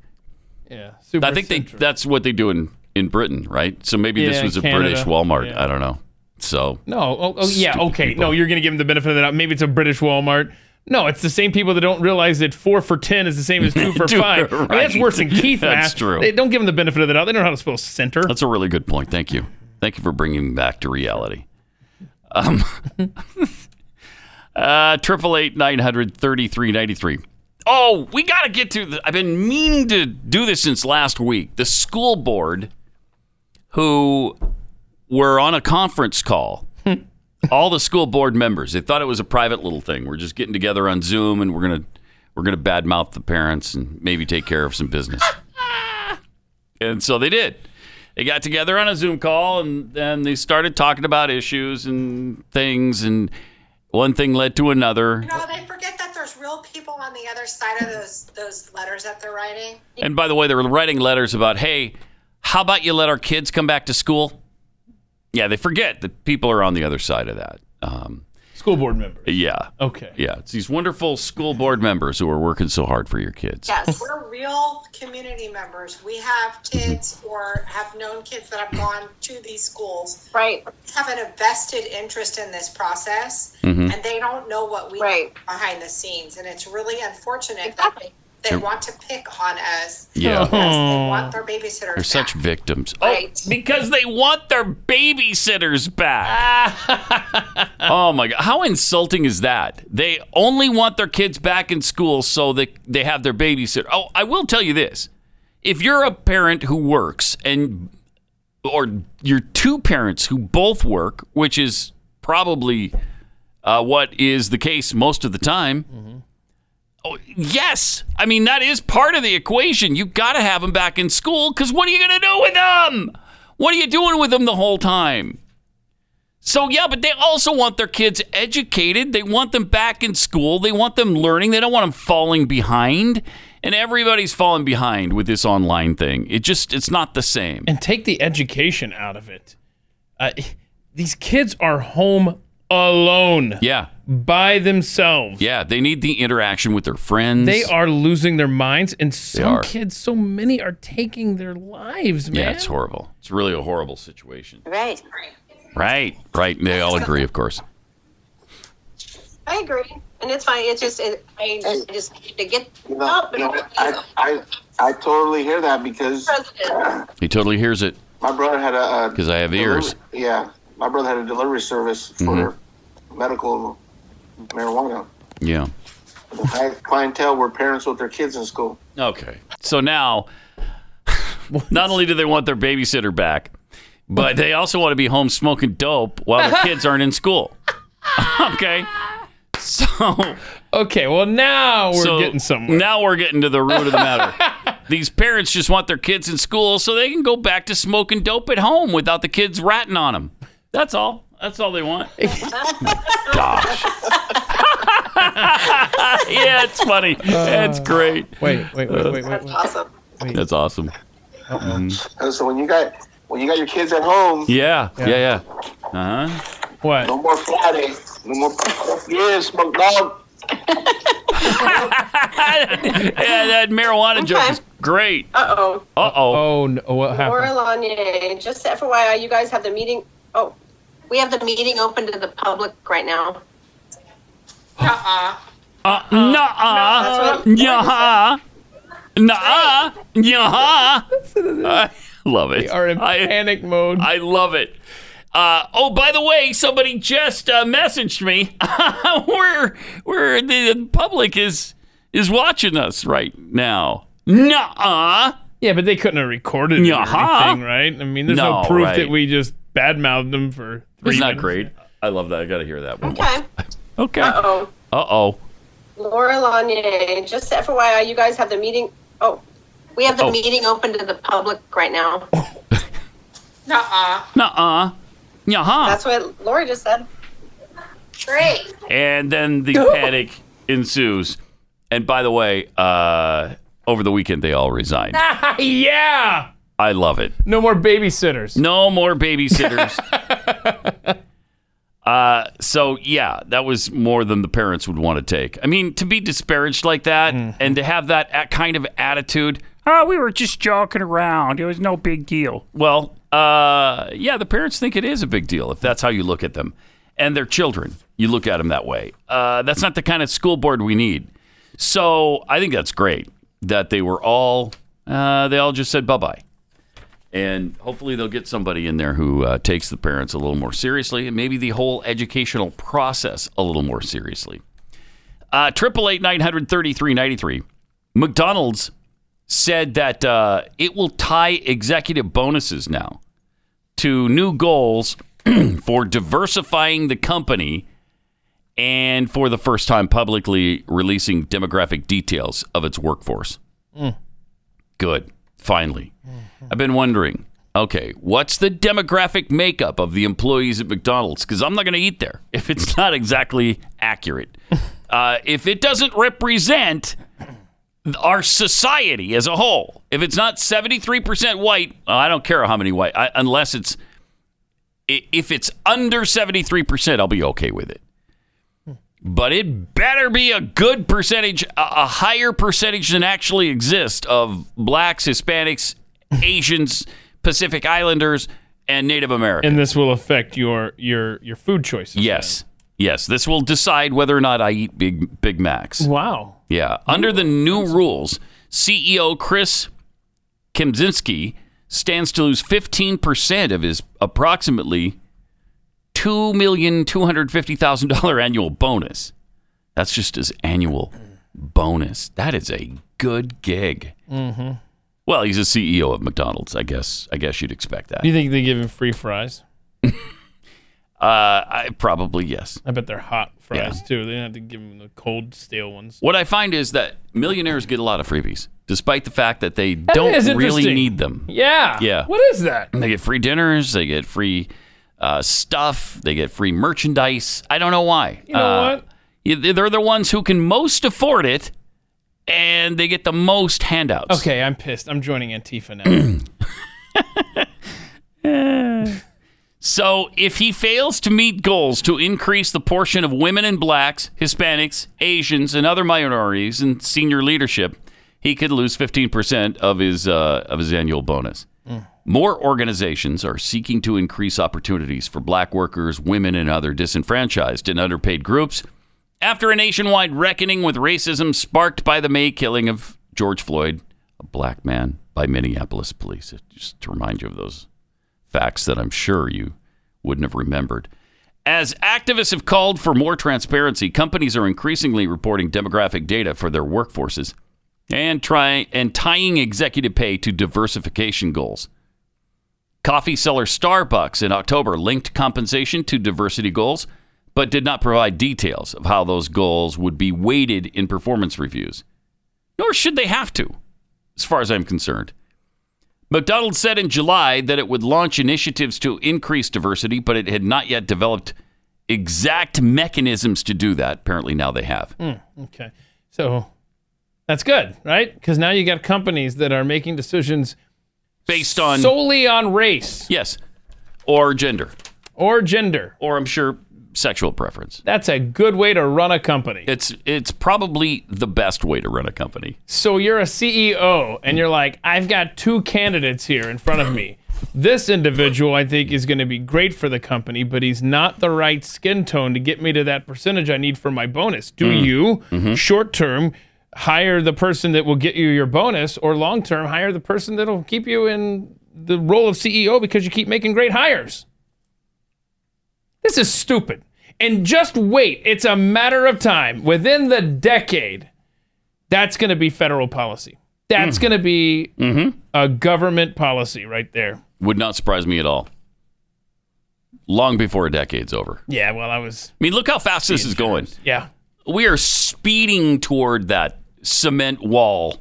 Speaker 3: Yeah,
Speaker 2: I think they, that's what they do in, in Britain, right? So maybe this
Speaker 3: Yeah,
Speaker 2: was a
Speaker 3: Canada.
Speaker 2: British Walmart.
Speaker 3: Yeah.
Speaker 2: I don't know. So
Speaker 3: No. Oh, oh yeah.
Speaker 2: Stupid
Speaker 3: Okay.
Speaker 2: people.
Speaker 3: No, you're gonna give them the benefit of the doubt. Maybe it's a British Walmart. No, it's the same people that don't realize that four for ten is the same as two for
Speaker 2: Dude,
Speaker 3: five. I mean, that's
Speaker 2: right.
Speaker 3: worse than Keith.
Speaker 2: That's
Speaker 3: math.
Speaker 2: true.
Speaker 3: They don't give them the benefit of the doubt. They don't know how to spell center.
Speaker 2: that's a really good point. Thank you. Thank you for bringing me back to reality. Um, uh, Triple eight nine hundred thirty three ninety three. Oh, we got to get to. The, I've been meaning to do this since last week. The school board, who were on a conference call, all the school board members. They thought it was a private little thing. We're just getting together on Zoom, and we're gonna we're gonna badmouth the parents and maybe take care of some business. and so they did. They got together on a Zoom call, and then they started talking about issues and things, and one thing led to another.
Speaker 11: No, they forget that there's real people on the other side of those those letters that they're writing.
Speaker 2: And by the way, they were writing letters about, hey, how about you let our kids come back to school? Yeah, they forget that people are on the other side of that. Um,
Speaker 3: School board member.
Speaker 2: yeah.
Speaker 3: Okay.
Speaker 2: Yeah. It's these wonderful school board members who are working so hard for your kids.
Speaker 11: Yes, we're real community members. We have kids or have known kids that have gone to these schools. Right. Having a vested interest in this process
Speaker 23: Mhm.
Speaker 11: and they don't know what we do behind the scenes. And it's really unfortunate that they, they
Speaker 2: Yep.
Speaker 11: want to pick on us.
Speaker 2: Yeah.
Speaker 11: because They want their babysitters.
Speaker 2: They're such victims. Oh,
Speaker 11: Right.
Speaker 2: because they want their babysitters back. oh my god, how insulting is that? They only want their kids back in school so they they have their babysitter. Oh, I will tell you this: if you're a parent who works and or you're two parents who both work, which is probably uh, what is the case most of the time. Oh, yes, I mean that is part of the equation. You got to have them back in school because what are you going to do with them? What are you doing with them the whole time? So yeah, but they also want their kids educated. They want them back in school. They want them learning. They don't want them falling behind. And everybody's falling behind with this online thing. It just it's not the same.
Speaker 3: and take the education out of it. Uh, these kids are home alone.
Speaker 2: Yeah.
Speaker 3: By themselves.
Speaker 2: Yeah, they need the interaction with their friends.
Speaker 3: They are losing their minds, and some
Speaker 2: are.
Speaker 3: kids, so many, are taking their lives, man.
Speaker 2: Yeah, it's horrible. It's really a horrible situation.
Speaker 11: Right.
Speaker 2: Right, right. They all agree, of course.
Speaker 11: I agree, and it's fine. It's just it, I, I just need to get
Speaker 2: Oh,
Speaker 7: You know,
Speaker 11: up.
Speaker 7: you know, I, I, I totally hear that because
Speaker 2: He totally hears it
Speaker 7: my brother had a,
Speaker 2: because I have ears.
Speaker 7: a yeah, my brother had a delivery service
Speaker 2: Mhm.
Speaker 7: for medical marijuana.
Speaker 2: Yeah.
Speaker 7: The high clientele were parents with their kids in school.
Speaker 2: Okay. So now, not only do they want their babysitter back, but they also want to be home smoking dope while their kids aren't in school. okay. So.
Speaker 3: Okay. Well, now we're
Speaker 2: So,
Speaker 3: getting somewhere.
Speaker 2: Now we're getting to the root of the matter. These parents just want their kids in school so they can go back to smoking dope at home without the kids ratting on them. That's all. That's all they want. Gosh. yeah, it's funny. it's great.
Speaker 3: Wait, wait, wait, wait,
Speaker 7: That's awesome.
Speaker 2: That's awesome. Mhm.
Speaker 7: And so when you got when you got your kids at home,
Speaker 2: Yeah, yeah, yeah. Uh huh.
Speaker 3: What?
Speaker 7: no more Friday, no more yeah, smoke dog.
Speaker 2: yeah, that marijuana joke is great.
Speaker 11: Uh oh.
Speaker 2: Uh oh.
Speaker 3: Oh, no, what
Speaker 11: Or
Speaker 3: happened?
Speaker 11: Alanya, just FYI, you guys have the meeting. Oh, we have the meeting open to the public right now. Uh-uh.
Speaker 2: Uh, nah, nah, nah, nah. I love it.
Speaker 3: They are in
Speaker 2: I,
Speaker 3: panic mode.
Speaker 2: I love it. Uh, oh, by the way, somebody just uh, messaged me. we're we're the public is is watching us right now. Nah,
Speaker 3: Yeah, but they couldn't have recorded it or
Speaker 2: Nuh-uh.
Speaker 3: anything, right? I mean, there's no,
Speaker 2: No,
Speaker 3: proof
Speaker 2: right.
Speaker 3: that we just badmouthed them for three
Speaker 2: it's not
Speaker 3: minutes.
Speaker 2: great. I love that. I got to hear that one.
Speaker 11: Okay.
Speaker 2: Okay.
Speaker 11: Uh oh.
Speaker 2: Uh oh.
Speaker 11: Laura Lanier, just FYI, you guys have the meeting. Oh, we have the
Speaker 2: Oh.
Speaker 11: meeting open to the public right now. Nuh-uh.
Speaker 2: Nah, nah.
Speaker 11: That's what Laura just said. Great.
Speaker 2: and then the panic ensues. And by the way, uh, over the weekend they all resigned.
Speaker 3: Ah, yeah.
Speaker 2: I love it.
Speaker 3: No more babysitters.
Speaker 2: No more babysitters. uh, so yeah, that was more than the parents would want to take. I mean, to be disparaged like that and to have that a- kind of attitude. Oh, we were just joking around. It was no big deal. Well, uh, yeah, the parents think it is a big deal if that's how you look at them and their children. You look at them that way. Uh, that's not the kind of school board we need. So I think that's great that they were all uh, they all just said bye bye and hopefully they'll get somebody in there who uh, takes the parents a little more seriously and maybe the whole educational process a little more seriously. Uh, Triple eight nine hundred thirty three ninety three. McDonald's said that uh, it will tie executive bonuses now to new goals for diversifying the company and for the first time publicly releasing demographic details of its workforce.
Speaker 3: Mm.
Speaker 2: Good. Finally. I've been wondering, okay, what's the demographic makeup of the employees at McDonald's? Because I'm not going to eat there if it's not exactly accurate. uh, if it doesn't represent our society as a whole, if it's not 73% white, oh, I don't care how many white, I, unless it's, i- if it's under 73%, I'll be okay with it but it better be a good percentage, a, a higher percentage than actually exists of blacks, Hispanics, Asians, Pacific Islanders, and Native Americans.
Speaker 3: And this will affect your your your food choices.
Speaker 2: Yes, yes, this will decide whether or not I eat Big Big Macs.
Speaker 3: Wow.
Speaker 2: Yeah. Under the new rules, CEO Chris Kimzinski stands to lose 15% of his approximately $2,250,000 annual bonus. That's just his annual bonus. That is a good gig.
Speaker 3: Mm-hmm.
Speaker 2: Well, he's a CEO of McDonald's. I guess I guess you'd expect that.
Speaker 3: Do you think they give him free fries?
Speaker 2: Uh, I, probably yes.
Speaker 3: I bet they're hot fries
Speaker 2: Yeah.
Speaker 3: too. They don't have to give him the cold stale ones.
Speaker 2: What I find is that millionaires get a lot of freebies, despite the fact that they
Speaker 3: is
Speaker 2: don't really
Speaker 3: interesting.
Speaker 2: need them.
Speaker 3: Yeah.
Speaker 2: Yeah.
Speaker 3: What is that?
Speaker 2: They get free dinners. They get free uh, stuff. They get free merchandise. I don't know why. You
Speaker 3: know
Speaker 2: what? They're the ones who can most afford it, and they get the most handouts.
Speaker 3: Okay, I'm pissed. I'm joining Antifa now.
Speaker 2: So if he fails to meet goals to increase the portion of women and blacks, Hispanics, Asians, and other minorities in senior leadership, he could lose 15% of his uh, of his annual bonus.
Speaker 3: Mm.
Speaker 2: More organizations are seeking to increase opportunities for black workers, women, and other disenfranchised and underpaid groups, After a nationwide reckoning with racism sparked by the May killing of George Floyd, a black man, by Minneapolis police, just to remind you of those facts that I'm sure you wouldn't have remembered. As activists have called for more transparency, companies are increasingly reporting demographic data for their workforces and try and tying executive pay to diversification goals. Coffee seller Starbucks in October linked compensation to diversity goals, but did not provide details of how those goals would be weighted in performance reviews. Nor should they have to, as far as I'm concerned. McDonald's said in July that it would launch initiatives to increase diversity, but it had not yet developed exact mechanisms to do that. Apparently, now they have.
Speaker 3: Mm, okay. So that's good, right? Because now you got companies that are making decisions
Speaker 2: based on
Speaker 3: solely on race
Speaker 2: yes, or gender,
Speaker 3: or gender.
Speaker 2: or I'm sure sexual preference.
Speaker 3: That's a good way to run a company.
Speaker 2: It's it's probably the best way to run a company.
Speaker 3: So you're a CEO and you're like, I've got two candidates here in front of me. This individual I think is going to be great for the company, but he's not the right skin tone to get me to that percentage I need for my bonus. Do
Speaker 2: Mm.
Speaker 3: you,
Speaker 2: Mhm.
Speaker 3: short term, hire the person that will get you your bonus, or long term, hire the person that'll keep you in the role of CEO because you keep making great hires? This is stupid. And just wait, it's a matter of time. Within the decade, that's going to be federal policy. That's
Speaker 2: Mm.
Speaker 3: going to be
Speaker 2: Mm-hmm.
Speaker 3: a government policy right there.
Speaker 2: Would not surprise me at all. Long before a decade's over.
Speaker 3: Yeah, well, I was.
Speaker 2: I mean, look how fast this is going.
Speaker 3: Yeah.
Speaker 2: We are speeding toward that cement wall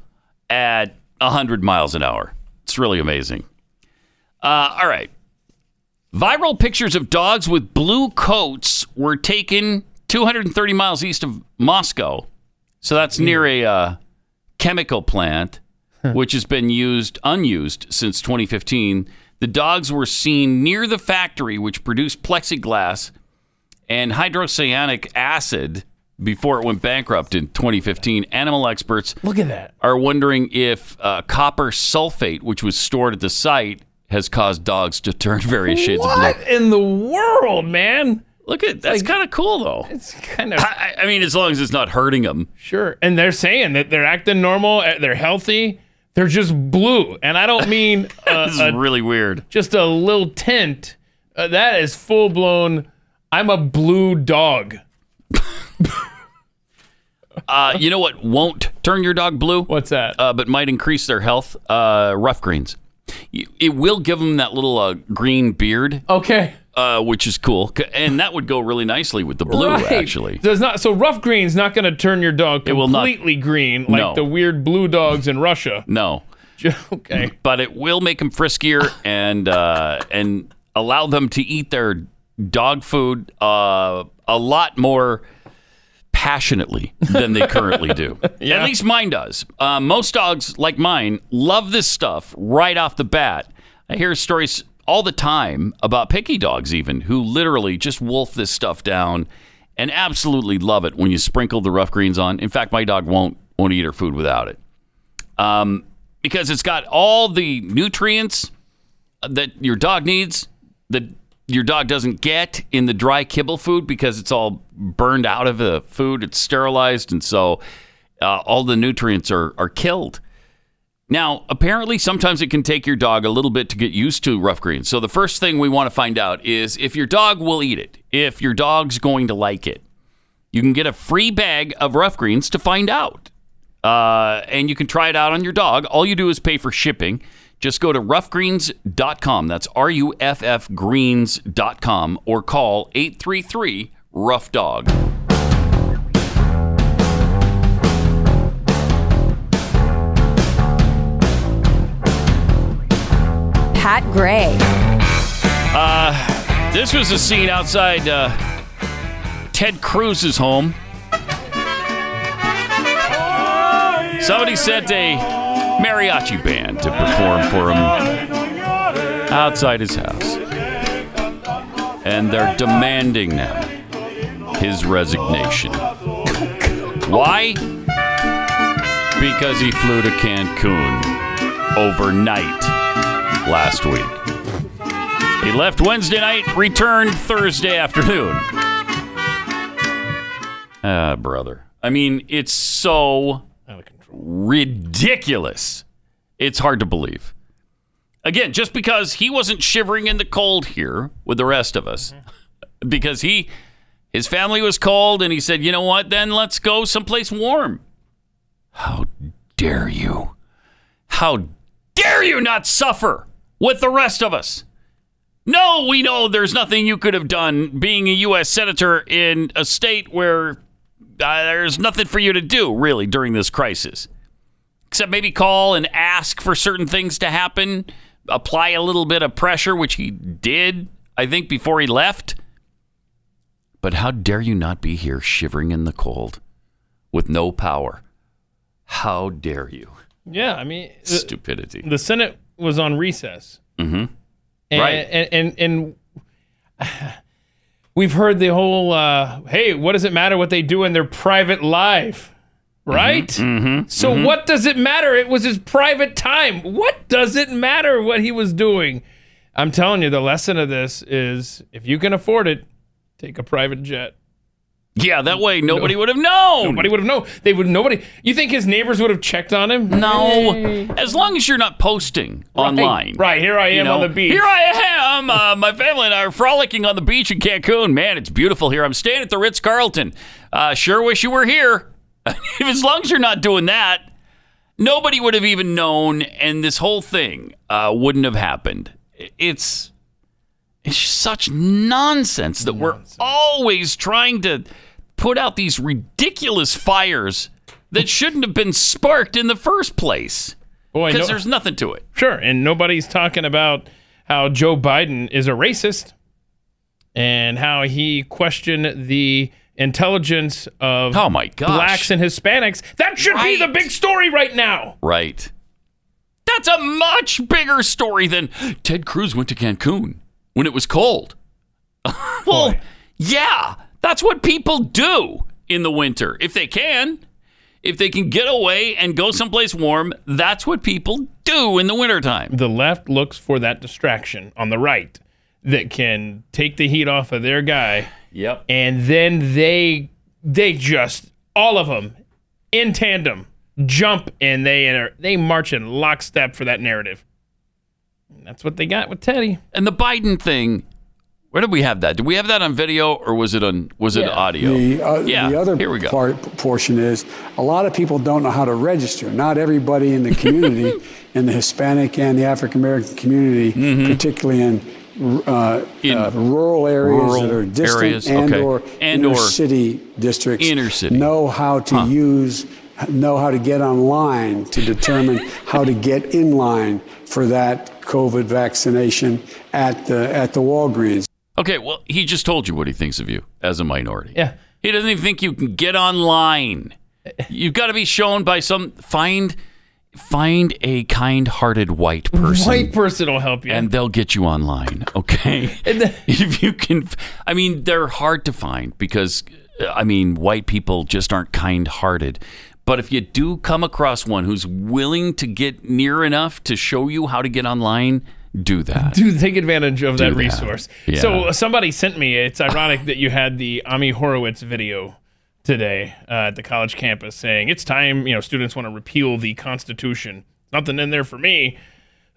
Speaker 2: at 100 miles an hour. It's really amazing. Uh, all right. Viral pictures of dogs with blue coats were taken 230 miles east of Moscow. So that's near a uh, chemical plant, which has been used unused since 2015. The dogs were seen near the factory, which produced plexiglass and hydrocyanic acid before it went bankrupt in 2015. Animal experts
Speaker 3: Look at that.
Speaker 2: are wondering if uh, copper sulfate, which was stored at the site, has caused dogs to turn various shades of
Speaker 3: What
Speaker 2: blue.
Speaker 3: in the world, man?
Speaker 2: Look at that's kind of cool though.
Speaker 3: It's kind of
Speaker 2: I, I mean, as long as it's not hurting them.
Speaker 3: sure. And they're saying that they're acting normal, uh, they're healthy, they're just blue. And I don't mean uh,
Speaker 2: This is
Speaker 3: a,
Speaker 2: really weird.
Speaker 3: just a little tint. Uh, that is full blown. I'm a blue dog.
Speaker 2: Uh, you know what won't turn your dog blue?
Speaker 3: What's that?
Speaker 2: Uh, but might increase their health. Uh, rough greens. Y- It will give them that little uh, green beard.
Speaker 3: Okay.
Speaker 2: Uh, which is cool, C- and that would go really nicely with the blue.
Speaker 3: Right.
Speaker 2: Actually,
Speaker 3: Does not so rough green's not going to turn your dog
Speaker 2: will not.
Speaker 3: completely green like
Speaker 2: No.
Speaker 3: the weird blue dogs in Russia.
Speaker 2: no.
Speaker 3: okay.
Speaker 2: But it will make them friskier and uh, and allow them to eat their dog food uh, a lot more passionately than they currently do. At least mine does. Uh, most dogs, like mine, love this stuff right off the bat. I hear stories all the time about picky dogs, even who literally just wolf this stuff down and absolutely love it when you sprinkle the rough greens on. In fact, my dog won't won't eat her food without it um, because it's got all the nutrients that your dog needs that your dog doesn't get in the dry kibble food because it's all burned out of the food. It's sterilized, and so uh, all the nutrients are are killed. Now, apparently, sometimes it can take your dog a little bit to get used to rough greens. So, the first thing we want to find out is if your dog will eat it, if your dog's going to like it. You can get a free bag of rough greens to find out. Uh, and you can try it out on your dog. All you do is pay for shipping. Just go to roughgreens.com. That's R U F F greens.com or call 833 Rough Dog.
Speaker 20: Pat Gray.
Speaker 2: Uh, this was a scene outside uh, Ted Cruz's home. Somebody sent a mariachi band to perform for him outside his house. And they're demanding now his resignation. Why? Because he flew to Cancun overnight last week. He left Wednesday night, returned Thursday afternoon. Ah, brother. I mean, it's so ridiculous. It's hard to believe. Again, just because he wasn't shivering in the cold here with the rest of us, because he, his family was cold, and he said, "You know what? Then let's go someplace warm." How dare you? How dare you not suffer with the rest of us? No, we know there's nothing you could have done being a U.S. Senator in a state where uh, there's nothing for you to do, really, during this crisis. Except maybe call and ask for certain things to happen, apply a little bit of pressure, which he did, I think, before he left. But how dare you not be here shivering in the cold with no power? How dare you?
Speaker 3: Yeah, I mean, the,
Speaker 2: Stupidity.
Speaker 3: the Senate was on recess,
Speaker 2: hmm
Speaker 3: and,
Speaker 2: Right.
Speaker 3: And and, and we've heard the whole, uh, "Hey, what does it matter what they do in their private life?" Right.
Speaker 2: Mm-hmm.
Speaker 3: So what does it matter? It was his private time. What does it matter what he was doing? I'm telling you, the lesson of this is if you can afford it, take a private jet.
Speaker 2: Yeah, that way nobody would have known.
Speaker 3: Nobody would have known. They would nobody. You think his neighbors would have checked on him?
Speaker 2: No.
Speaker 3: Hey.
Speaker 2: As long as you're not posting online.
Speaker 3: Right, here I am on the beach.
Speaker 2: Here I am. Uh, my family and I are frolicking on the beach in Cancun. Man, it's beautiful here. I'm staying at the Ritz Carlton. Uh, sure wish you were here. as long as you're not doing that, nobody would have even known, and this whole thing uh, wouldn't have happened. It's it's such nonsense that we're always trying to put out these ridiculous fires that shouldn't have been sparked in the first place.
Speaker 3: Boy,
Speaker 2: Because
Speaker 3: no-
Speaker 2: there's nothing to it.
Speaker 3: Sure, and nobody's talking about how Joe Biden is a racist and how he questioned the intelligence of
Speaker 2: Oh, my gosh.
Speaker 3: blacks and Hispanics. That should be the big story right now.
Speaker 2: Right. That's a much bigger story than Ted Cruz went to Cancun when it was cold. well, yeah, that's what people do in the winter if they can. If they can get away and go someplace warm, that's what people do in the wintertime.
Speaker 3: The left looks for that distraction on the right that can take the heat off of their guy.
Speaker 2: Yep.
Speaker 3: And then they they just all of them in tandem jump and they enter, they march in lockstep for that narrative. And that's what they got with Teddy.
Speaker 2: And the Biden thing, where did we have that? Did we have that on video or was it on was it audio?
Speaker 1: The, uh,
Speaker 2: yeah.
Speaker 1: the other
Speaker 2: here we go.
Speaker 1: Part, portion is a lot of people don't know how to register. Not everybody in the community, in the Hispanic and the African American community,
Speaker 2: Mm-hmm.
Speaker 1: particularly in, uh, uh, rural areas
Speaker 2: rural
Speaker 1: that are distant
Speaker 2: areas,
Speaker 1: and
Speaker 2: okay.
Speaker 1: or
Speaker 2: And
Speaker 1: inner
Speaker 2: or-
Speaker 1: city districts,
Speaker 2: Inner city.
Speaker 1: know how to use, know how to get online to determine how to get in line for that COVID vaccination at the at the Walgreens.
Speaker 2: Okay, well, he just told you what he thinks of you as a minority.
Speaker 3: Yeah.
Speaker 2: He doesn't even think you can get online. You've got to be shown by some find find a kind-hearted white person.
Speaker 3: White person will help you.
Speaker 2: and they'll get you online, okay? if you can I mean, they're hard to find because I mean, white people just aren't kind-hearted. But if you do come across one who's willing to get near enough to show you how to get online, do that.
Speaker 3: do take advantage of that, resource.
Speaker 2: Yeah.
Speaker 3: So uh, somebody sent me. It's ironic that you had the Ami Horowitz video today uh, at the college campus saying it's time. You know, students want to repeal the Constitution. Nothing in there for me.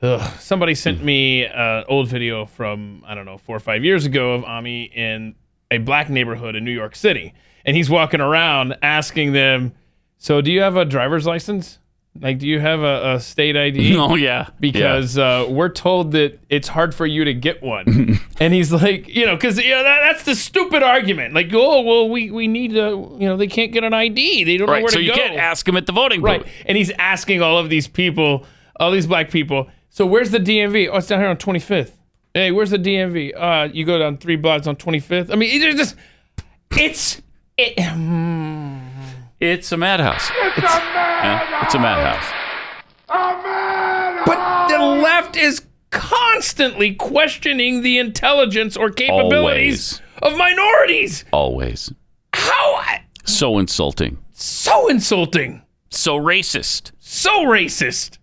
Speaker 3: Ugh. Somebody
Speaker 2: Hmm.
Speaker 3: sent me an old video from I don't know four or five years ago of Ami in a black neighborhood in New York City, and he's walking around asking them, "So, do you have a driver's license? Like, do you have a, a state ID?"
Speaker 2: Oh, yeah.
Speaker 3: because
Speaker 2: Yeah.
Speaker 3: uh, we're told that it's hard for you to get one. and he's like, you know, because you know, that, that's the stupid argument. Like, oh, well, we, we need to, you know, they can't get an ID. They don't know
Speaker 2: Right,
Speaker 3: where
Speaker 2: so
Speaker 3: to
Speaker 2: you
Speaker 3: go.
Speaker 2: can't ask him at the voting booth.
Speaker 3: right. And he's asking all of these people, all these black people, so where's the DMV? Oh, it's down here on 25th. Hey, where's the DMV? Uh, you go down three blocks on 25th. I mean, it's just, it's, it, hmm.
Speaker 2: It's a madhouse. It's, yeah, it's a madhouse.
Speaker 3: But the left is constantly questioning the intelligence or capabilities of minorities.
Speaker 2: Always.
Speaker 3: How
Speaker 2: So insulting.
Speaker 3: so insulting,
Speaker 2: So racist.
Speaker 3: so racist.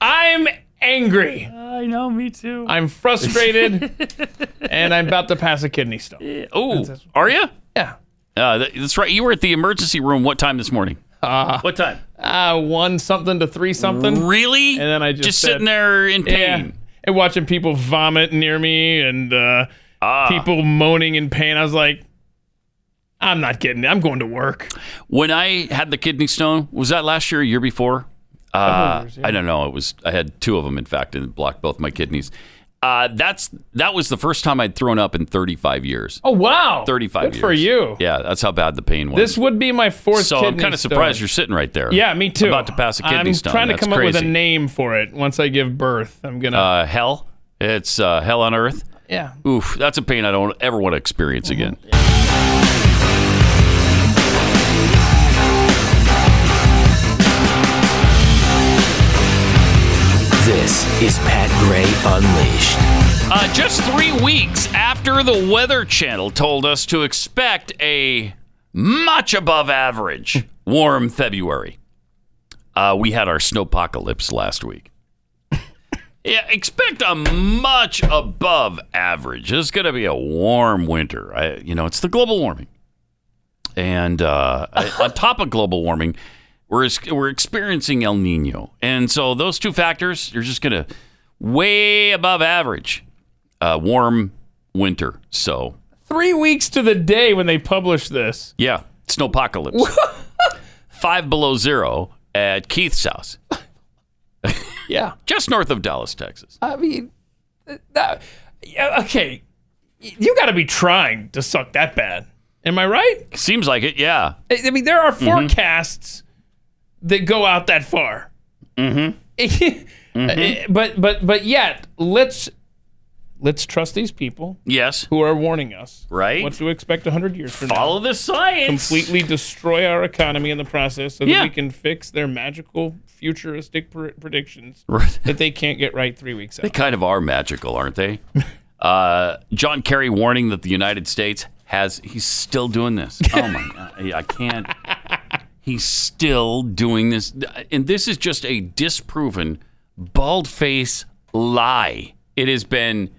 Speaker 3: I'm angry.
Speaker 2: I know, me too.
Speaker 3: I'm frustrated, and I'm about to pass a kidney stone.
Speaker 2: Oh, are you?
Speaker 3: Yeah.
Speaker 2: Uh, that- that's right. You were at the emergency room. What time this morning?
Speaker 3: Uh,
Speaker 2: what time?
Speaker 3: Uh, one something to three something.
Speaker 2: Really?
Speaker 3: And then I just
Speaker 2: Just
Speaker 3: said-
Speaker 2: sitting there in
Speaker 3: Yeah.
Speaker 2: pain.
Speaker 3: and watching people vomit near me and uh,
Speaker 2: Ah.
Speaker 3: people moaning in pain. I was like, I'm not getting it. I'm going to work.
Speaker 2: When I had the kidney stone, was that last year, or year before? Uh, I don't know. It was. I had two of them, in fact, and it blocked both my kidneys. Uh, that's that was the first time I'd thrown up in 35 years.
Speaker 3: Oh wow,
Speaker 2: 35
Speaker 3: Good for
Speaker 2: years.
Speaker 3: you.
Speaker 2: Yeah, that's how bad the pain was.
Speaker 3: This would be my fourth.
Speaker 2: so I'm
Speaker 3: kidney
Speaker 2: kind of
Speaker 3: stone.
Speaker 2: surprised you're sitting right there.
Speaker 3: Yeah, me too.
Speaker 2: About to pass a kidney
Speaker 3: I'm
Speaker 2: stone.
Speaker 3: trying to
Speaker 2: That's
Speaker 3: come up
Speaker 2: crazy.
Speaker 3: with a name for it once I give birth. I'm gonna.
Speaker 2: Uh, hell. It's uh, hell on earth.
Speaker 3: Yeah.
Speaker 2: Oof, that's a pain I don't ever want to experience again.
Speaker 6: This is Pat Gray Unleashed.
Speaker 2: Uh, just three weeks after the Weather Channel told us to expect a much above average warm February, uh, we had our snowpocalypse last week. yeah, expect a much above average. It's going to be a warm winter. I, you know, it's the global warming. And uh, on top of global warming, we're we're experiencing El Nino, and so those two factors are just going to way above average. Uh, warm winter, so
Speaker 3: Three weeks to the day when they publish this.
Speaker 2: yeah, snowpocalypse. Five below zero at Keith's house.
Speaker 3: yeah, Uh,
Speaker 2: just north of Dallas, Texas.
Speaker 3: I mean, that, yeah, okay. Y- You got to be trying to suck that bad. Am I right?
Speaker 2: Seems like it. Yeah.
Speaker 3: I I mean, there are
Speaker 2: Mhm.
Speaker 3: forecasts that go out that far.
Speaker 2: Mm-hmm.
Speaker 3: Uh, but but but yet let's let's trust these people
Speaker 2: yes
Speaker 3: who are warning us
Speaker 2: right
Speaker 3: what to expect 100 years from
Speaker 2: Follow
Speaker 3: now
Speaker 2: the science.
Speaker 3: completely destroy our economy in the process so
Speaker 2: Yeah.
Speaker 3: that we can fix their magical futuristic pr- predictions
Speaker 2: Right.
Speaker 3: that they can't get right three weeks
Speaker 2: They
Speaker 3: out
Speaker 2: kind of are magical, aren't they? uh, John Kerry warning that the United States has, he's still doing this. Oh my God. I can't. He's still doing this. And this is just a disproven, bald face lie. It has been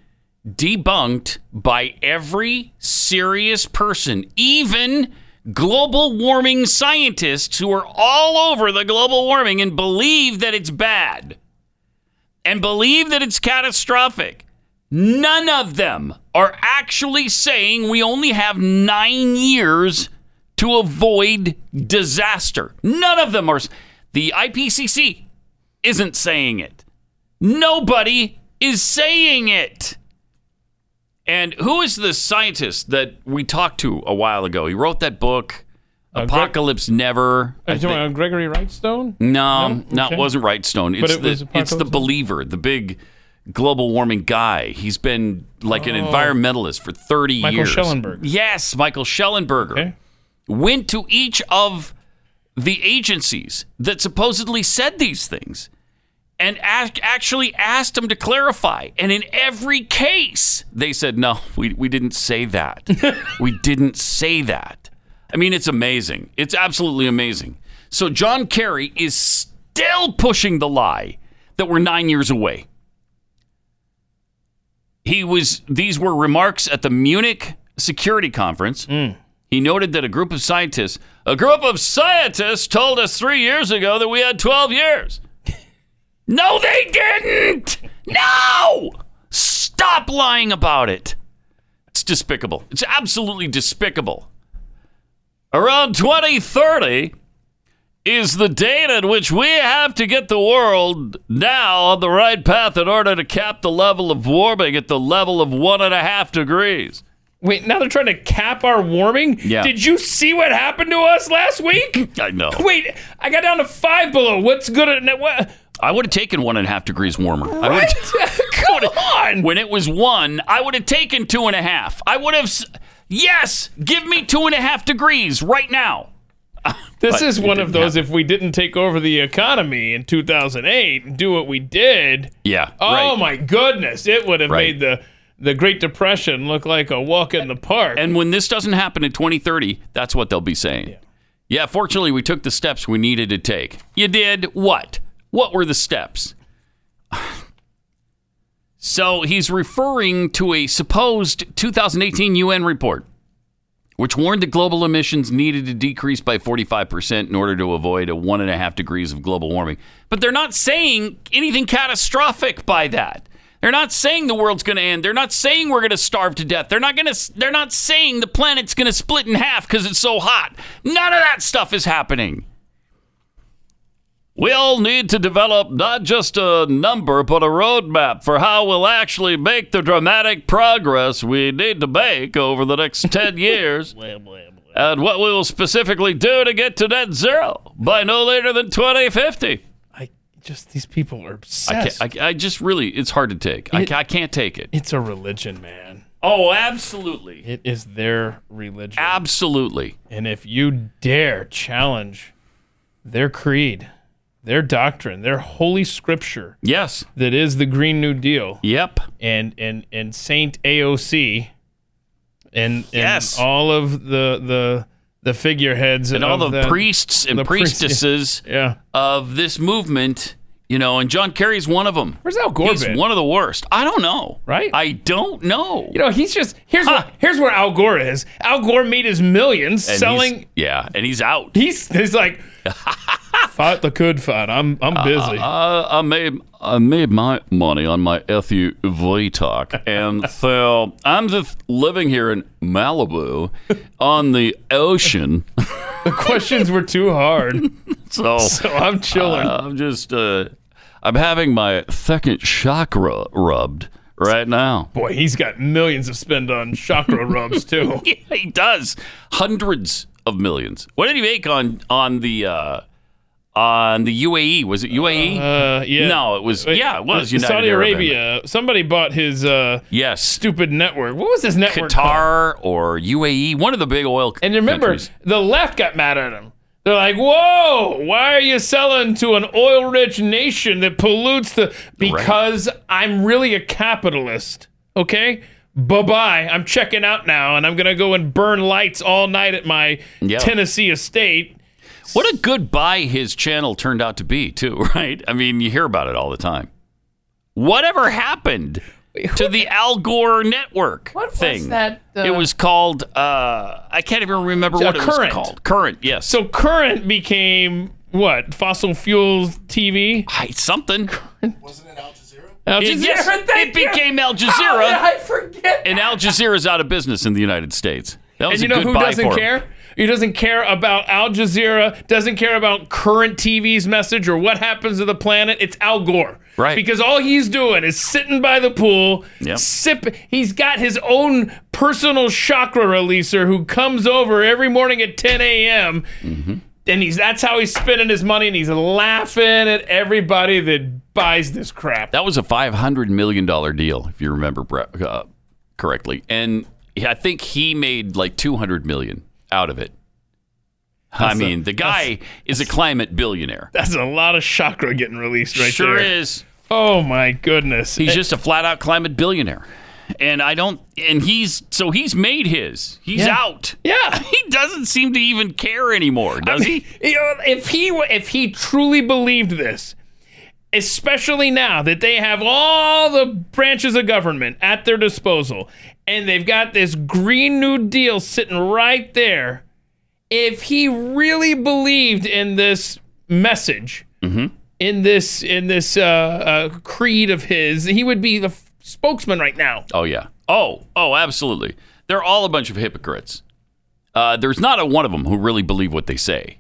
Speaker 2: debunked by every serious person, even global warming scientists who are all over the global warming and believe that it's bad and believe that it's catastrophic. None of them are actually saying we only have nine years to avoid disaster. None of them are. The IPCC isn't saying it. Nobody is saying it. And who is the scientist that we talked to a while ago? He wrote that book,
Speaker 3: Greg-
Speaker 2: Apocalypse Never. I
Speaker 3: Are you talking
Speaker 2: think-
Speaker 3: about Gregory Wrightstone?
Speaker 2: no,
Speaker 3: No?
Speaker 2: no,
Speaker 3: Okay.
Speaker 2: it wasn't Wright Stone.
Speaker 3: But
Speaker 2: It's the
Speaker 3: it
Speaker 2: it's
Speaker 3: was
Speaker 2: the
Speaker 3: Apocalypse Now?
Speaker 2: believer, the big global warming guy. He's been like an
Speaker 3: Oh.
Speaker 2: environmentalist for 30
Speaker 3: Michael
Speaker 2: years.
Speaker 3: Schellenberger.
Speaker 2: Yes, Michael Schellenberger. Went to each of the agencies that supposedly said these things and ask, actually asked them to clarify. And in every case, they said, no, we, we didn't say that. we didn't say that. I mean, it's amazing. It's absolutely amazing. So John Kerry is still pushing the lie that we're nine years away. He was, these were remarks at the Munich Security Conference. He noted that a group of scientists, a group of scientists told us three years ago that we had 12 years. No, they didn't! No! Stop lying about it. It's despicable. It's absolutely despicable. Around 2030 is the date at which we have to get the world now on the right path in order to cap the level of warming at the level of one and a half degrees.
Speaker 3: Wait, now they're trying to cap our warming?
Speaker 2: Yeah.
Speaker 3: Did you see what happened to us last week?
Speaker 2: I know.
Speaker 3: Wait, I got down to five below. What's good at what?
Speaker 2: I would have taken one and a half degrees warmer. I would
Speaker 3: Right? Come on.
Speaker 2: When it was one, I would have taken two and a half. I would have. s- Yes, give me two and a half degrees right now.
Speaker 3: This
Speaker 2: But
Speaker 3: is
Speaker 2: it
Speaker 3: one of
Speaker 2: didn't
Speaker 3: those. If we didn't take over the economy in 2008 and do what we did,
Speaker 2: Yeah.
Speaker 3: oh
Speaker 2: right.
Speaker 3: my goodness, it would have
Speaker 2: Right.
Speaker 3: made the the Great Depression look like a walk in the park.
Speaker 2: And when this doesn't happen in 2030, that's what they'll be saying. Yeah. fortunately, we took the steps we needed to take. You did what? What were the steps? so he's referring to a supposed 2018 UN report which warned that global emissions needed to decrease by 45% in order to avoid a one and a half degrees of global warming. But they're not saying anything catastrophic by that. They're not saying the world's going to end. They're not saying we're going to starve to death. They're not going to they're not saying the planet's going to split in half cuz it's so hot. None of that stuff is happening. We'll need to develop not just a number, but a roadmap for how we'll actually make the dramatic progress we need to make over the next 10 years and what we will specifically do to get to net zero by no later than 2050.
Speaker 3: Just these people
Speaker 2: I,
Speaker 3: are obsessed.
Speaker 2: can't, I, I just really, it's hard to take. I, ca- I can't take it.
Speaker 3: It's a religion, man.
Speaker 2: Oh, absolutely.
Speaker 3: It is their religion.
Speaker 2: Absolutely.
Speaker 3: And if you dare challenge their creed, their doctrine, their holy scripture,
Speaker 2: yes,
Speaker 3: that is the Green New Deal.
Speaker 2: Yep.
Speaker 3: And and and Saint AOC, and, and
Speaker 2: Yes.
Speaker 3: all of the the the figureheads
Speaker 2: and all
Speaker 3: of
Speaker 2: the, priests and
Speaker 3: the priest-
Speaker 2: priestesses of this movement, you know, and John Kerry's one of them.
Speaker 3: Where's Al Gore
Speaker 2: He's
Speaker 3: been?
Speaker 2: one of the worst. I don't know.
Speaker 3: Right?
Speaker 2: I don't know.
Speaker 3: You know, he's just here's where, here's where Al Gore is. Al Gore made his millions
Speaker 2: And he's-
Speaker 3: selling.
Speaker 2: yeah, and he's out.
Speaker 3: He's he's like fight the good fight. I'm I'm
Speaker 2: Uh,
Speaker 3: busy.
Speaker 2: I, I made I made my money on my FUV talk, and so I'm just living here in Malibu on the ocean.
Speaker 3: the questions were too hard,
Speaker 2: so
Speaker 3: so I'm chilling.
Speaker 2: uh, I'm just uh, I'm having my second chakra rubbed right now.
Speaker 3: Boy, he's got millions of spend on chakra rubs too.
Speaker 2: yeah, he does hundreds of millions. What did he make on on the uh, on the UAE? Was it E? UAE?
Speaker 3: Uh, yeah.
Speaker 2: No, it was.
Speaker 3: Wait,
Speaker 2: yeah, it was United
Speaker 3: Saudi
Speaker 2: Arab
Speaker 3: Arabia. Somebody bought his uh,
Speaker 2: Yes.
Speaker 3: stupid network. What was this network? called?
Speaker 2: Qatar or UAE, one of the big oil. And
Speaker 3: Remember, the left got mad at him. They're like, "Whoa, why are you selling to an oil-rich nation that pollutes the?" Because I'm really a capitalist. Okay, bye bye. I'm checking out now, and I'm gonna go and burn lights all night at my
Speaker 2: Yeah.
Speaker 3: Tennessee estate.
Speaker 2: what a good buy his channel turned out to be, too. Right? I mean, you hear about it all the time. Whatever happened to the Al Gore network
Speaker 3: was
Speaker 2: thing?
Speaker 3: that, uh,
Speaker 2: it was called. Uh, I can't even remember
Speaker 3: Uh,
Speaker 2: what it was
Speaker 3: Current.
Speaker 2: called. Current, yes.
Speaker 3: So current became what? Fossil fuels TV?
Speaker 2: something.
Speaker 3: Al
Speaker 2: It-
Speaker 3: Jazeera.
Speaker 2: yes,
Speaker 3: thank
Speaker 2: it
Speaker 3: you. Oh,
Speaker 2: became Al Jazeera.
Speaker 3: How did I forget.
Speaker 2: and Al Jazeera's out of business in the United States. That was
Speaker 3: and you
Speaker 2: a
Speaker 3: know
Speaker 2: good
Speaker 3: who
Speaker 2: buy
Speaker 3: doesn't
Speaker 2: for him.
Speaker 3: care? He doesn't care about Al Jazeera, doesn't care about current TV's message or what happens to the planet. It's Al Gore.
Speaker 2: Right.
Speaker 3: Because all he's doing is sitting by the pool,
Speaker 2: Yep.
Speaker 3: sip. He's got his own personal chakra releaser who comes over every morning at 10 a.m.
Speaker 2: Mm-hmm.
Speaker 3: And he's that's how he's spending his money and he's laughing at everybody that buys this crap.
Speaker 2: That was a five hundred million dollar deal, if you remember Brett, uh, correctly, and I think he made like two hundred million out of it. I
Speaker 3: That's a-
Speaker 2: mean, the guy is a climate billionaire.
Speaker 3: That's a lot of chakra getting released right
Speaker 2: sure
Speaker 3: there.
Speaker 2: is.
Speaker 3: Oh my goodness. Eh,
Speaker 2: He's just a flat out climate billionaire, and I don't. And he's so he's made his. He's
Speaker 3: Yeah.
Speaker 2: out.
Speaker 3: Yeah.
Speaker 2: he doesn't seem to even care anymore, does
Speaker 3: I mean,
Speaker 2: he?
Speaker 3: you know, if he w- if he truly believed this, especially now that they have all the branches of government at their disposal, and they've got this Green New Deal sitting right there, if he really believed in this message,
Speaker 2: Mm-hmm.
Speaker 3: in this in this uh, uh, creed of his, he would be the f- spokesman right now.
Speaker 2: Oh yeah. Oh oh, absolutely. They're all a bunch of hypocrites. Uh, there's not a one of them who really believe what they say,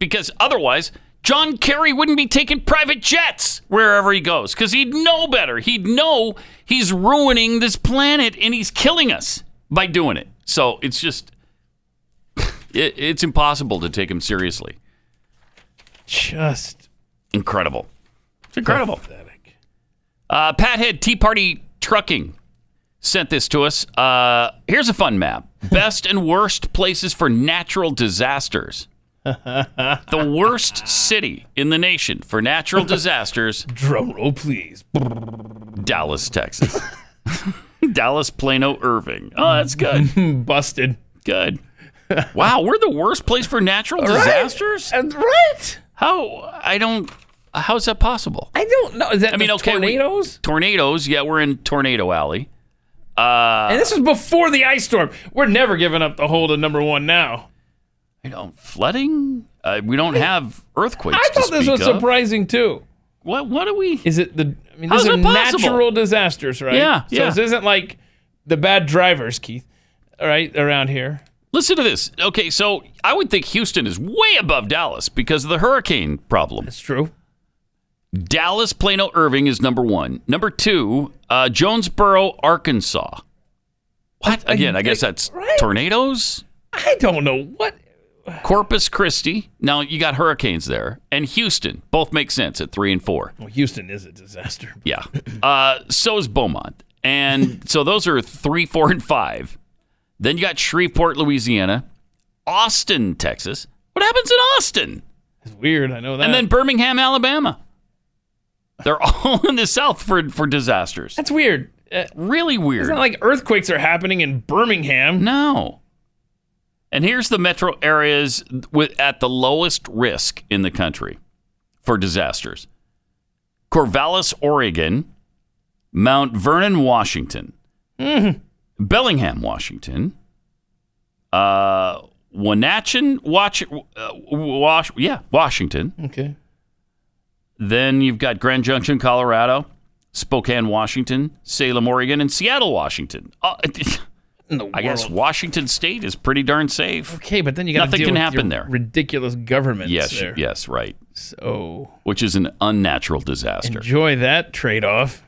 Speaker 2: because otherwise John Kerry wouldn't be taking private jets wherever he goes, because he'd know better. He'd know he's ruining this planet and he's killing us by doing it. So it's just, it, it's impossible to take him seriously.
Speaker 3: Just
Speaker 2: Incredible. It's incredible. Uh, Pathead Tea Party Trucking sent this to us. Uh, here's a fun map best and worst places for natural disasters. the worst city in the nation for natural disasters.
Speaker 3: Drum roll, please.
Speaker 2: Dallas, Texas. Dallas, Plano, Irving. Oh, that's good.
Speaker 3: Busted.
Speaker 2: Good. Wow, we're the worst place for natural
Speaker 3: Right?
Speaker 2: disasters?
Speaker 3: And right?
Speaker 2: How? I don't. How's that possible?
Speaker 3: I don't know. Is that
Speaker 2: I mean,
Speaker 3: the
Speaker 2: okay, we-
Speaker 3: tornadoes?
Speaker 2: tornadoes. Yeah, we're in tornado alley. Uh,
Speaker 3: and this was before the ice storm. We're never giving up the hold of number one now.
Speaker 2: I don't flooding. Uh, we don't have earthquakes.
Speaker 3: I thought
Speaker 2: to
Speaker 3: this
Speaker 2: speak
Speaker 3: was
Speaker 2: of.
Speaker 3: surprising too.
Speaker 2: What? What are we?
Speaker 3: Is it the? I mean,
Speaker 2: How's
Speaker 3: these are
Speaker 2: that possible?
Speaker 3: natural disasters, right?
Speaker 2: Yeah,
Speaker 3: So
Speaker 2: yeah.
Speaker 3: this isn't like the bad drivers, Keith. All right, around here.
Speaker 2: Listen to this. Okay, so I would think Houston is way above Dallas because of the hurricane problem. That's
Speaker 3: true.
Speaker 2: Dallas, Plano, Irving is number one. Number two, uh, Jonesboro, Arkansas. What? Again, I guess that's tornadoes.
Speaker 3: I don't know what.
Speaker 2: Corpus Christi. Now you got hurricanes there, and Houston. Both make sense at three and four.
Speaker 3: Well, Houston is a disaster.
Speaker 2: Yeah. Uh, so is Beaumont. And so those are three, four, and five. Then you got Shreveport, Louisiana, Austin, Texas. What happens in Austin?
Speaker 3: It's weird. I know that.
Speaker 2: And then Birmingham, Alabama. They're all in the South for, for disasters.
Speaker 3: That's weird. Uh,
Speaker 2: really weird.
Speaker 3: It's not like earthquakes are happening in Birmingham.
Speaker 2: No. And here's the metro areas with, at the lowest risk in the country for disasters Corvallis, Oregon, Mount Vernon, Washington, Bellingham, Washington, uh, Wenatchee, Wash, uh, Wash, yeah, Washington.
Speaker 3: Okay.
Speaker 2: Then you've got Grand Junction, Colorado, Spokane, Washington, Salem, Oregon, and Seattle, Washington. Uh, I guess Washington State is pretty darn safe.
Speaker 3: Okay, but then you got
Speaker 2: nothing can happen there.
Speaker 3: Ridiculous governments.
Speaker 2: Yes,
Speaker 3: there.
Speaker 2: yes, right.
Speaker 3: So
Speaker 2: Which is an unnatural disaster.
Speaker 3: enjoy that trade-off.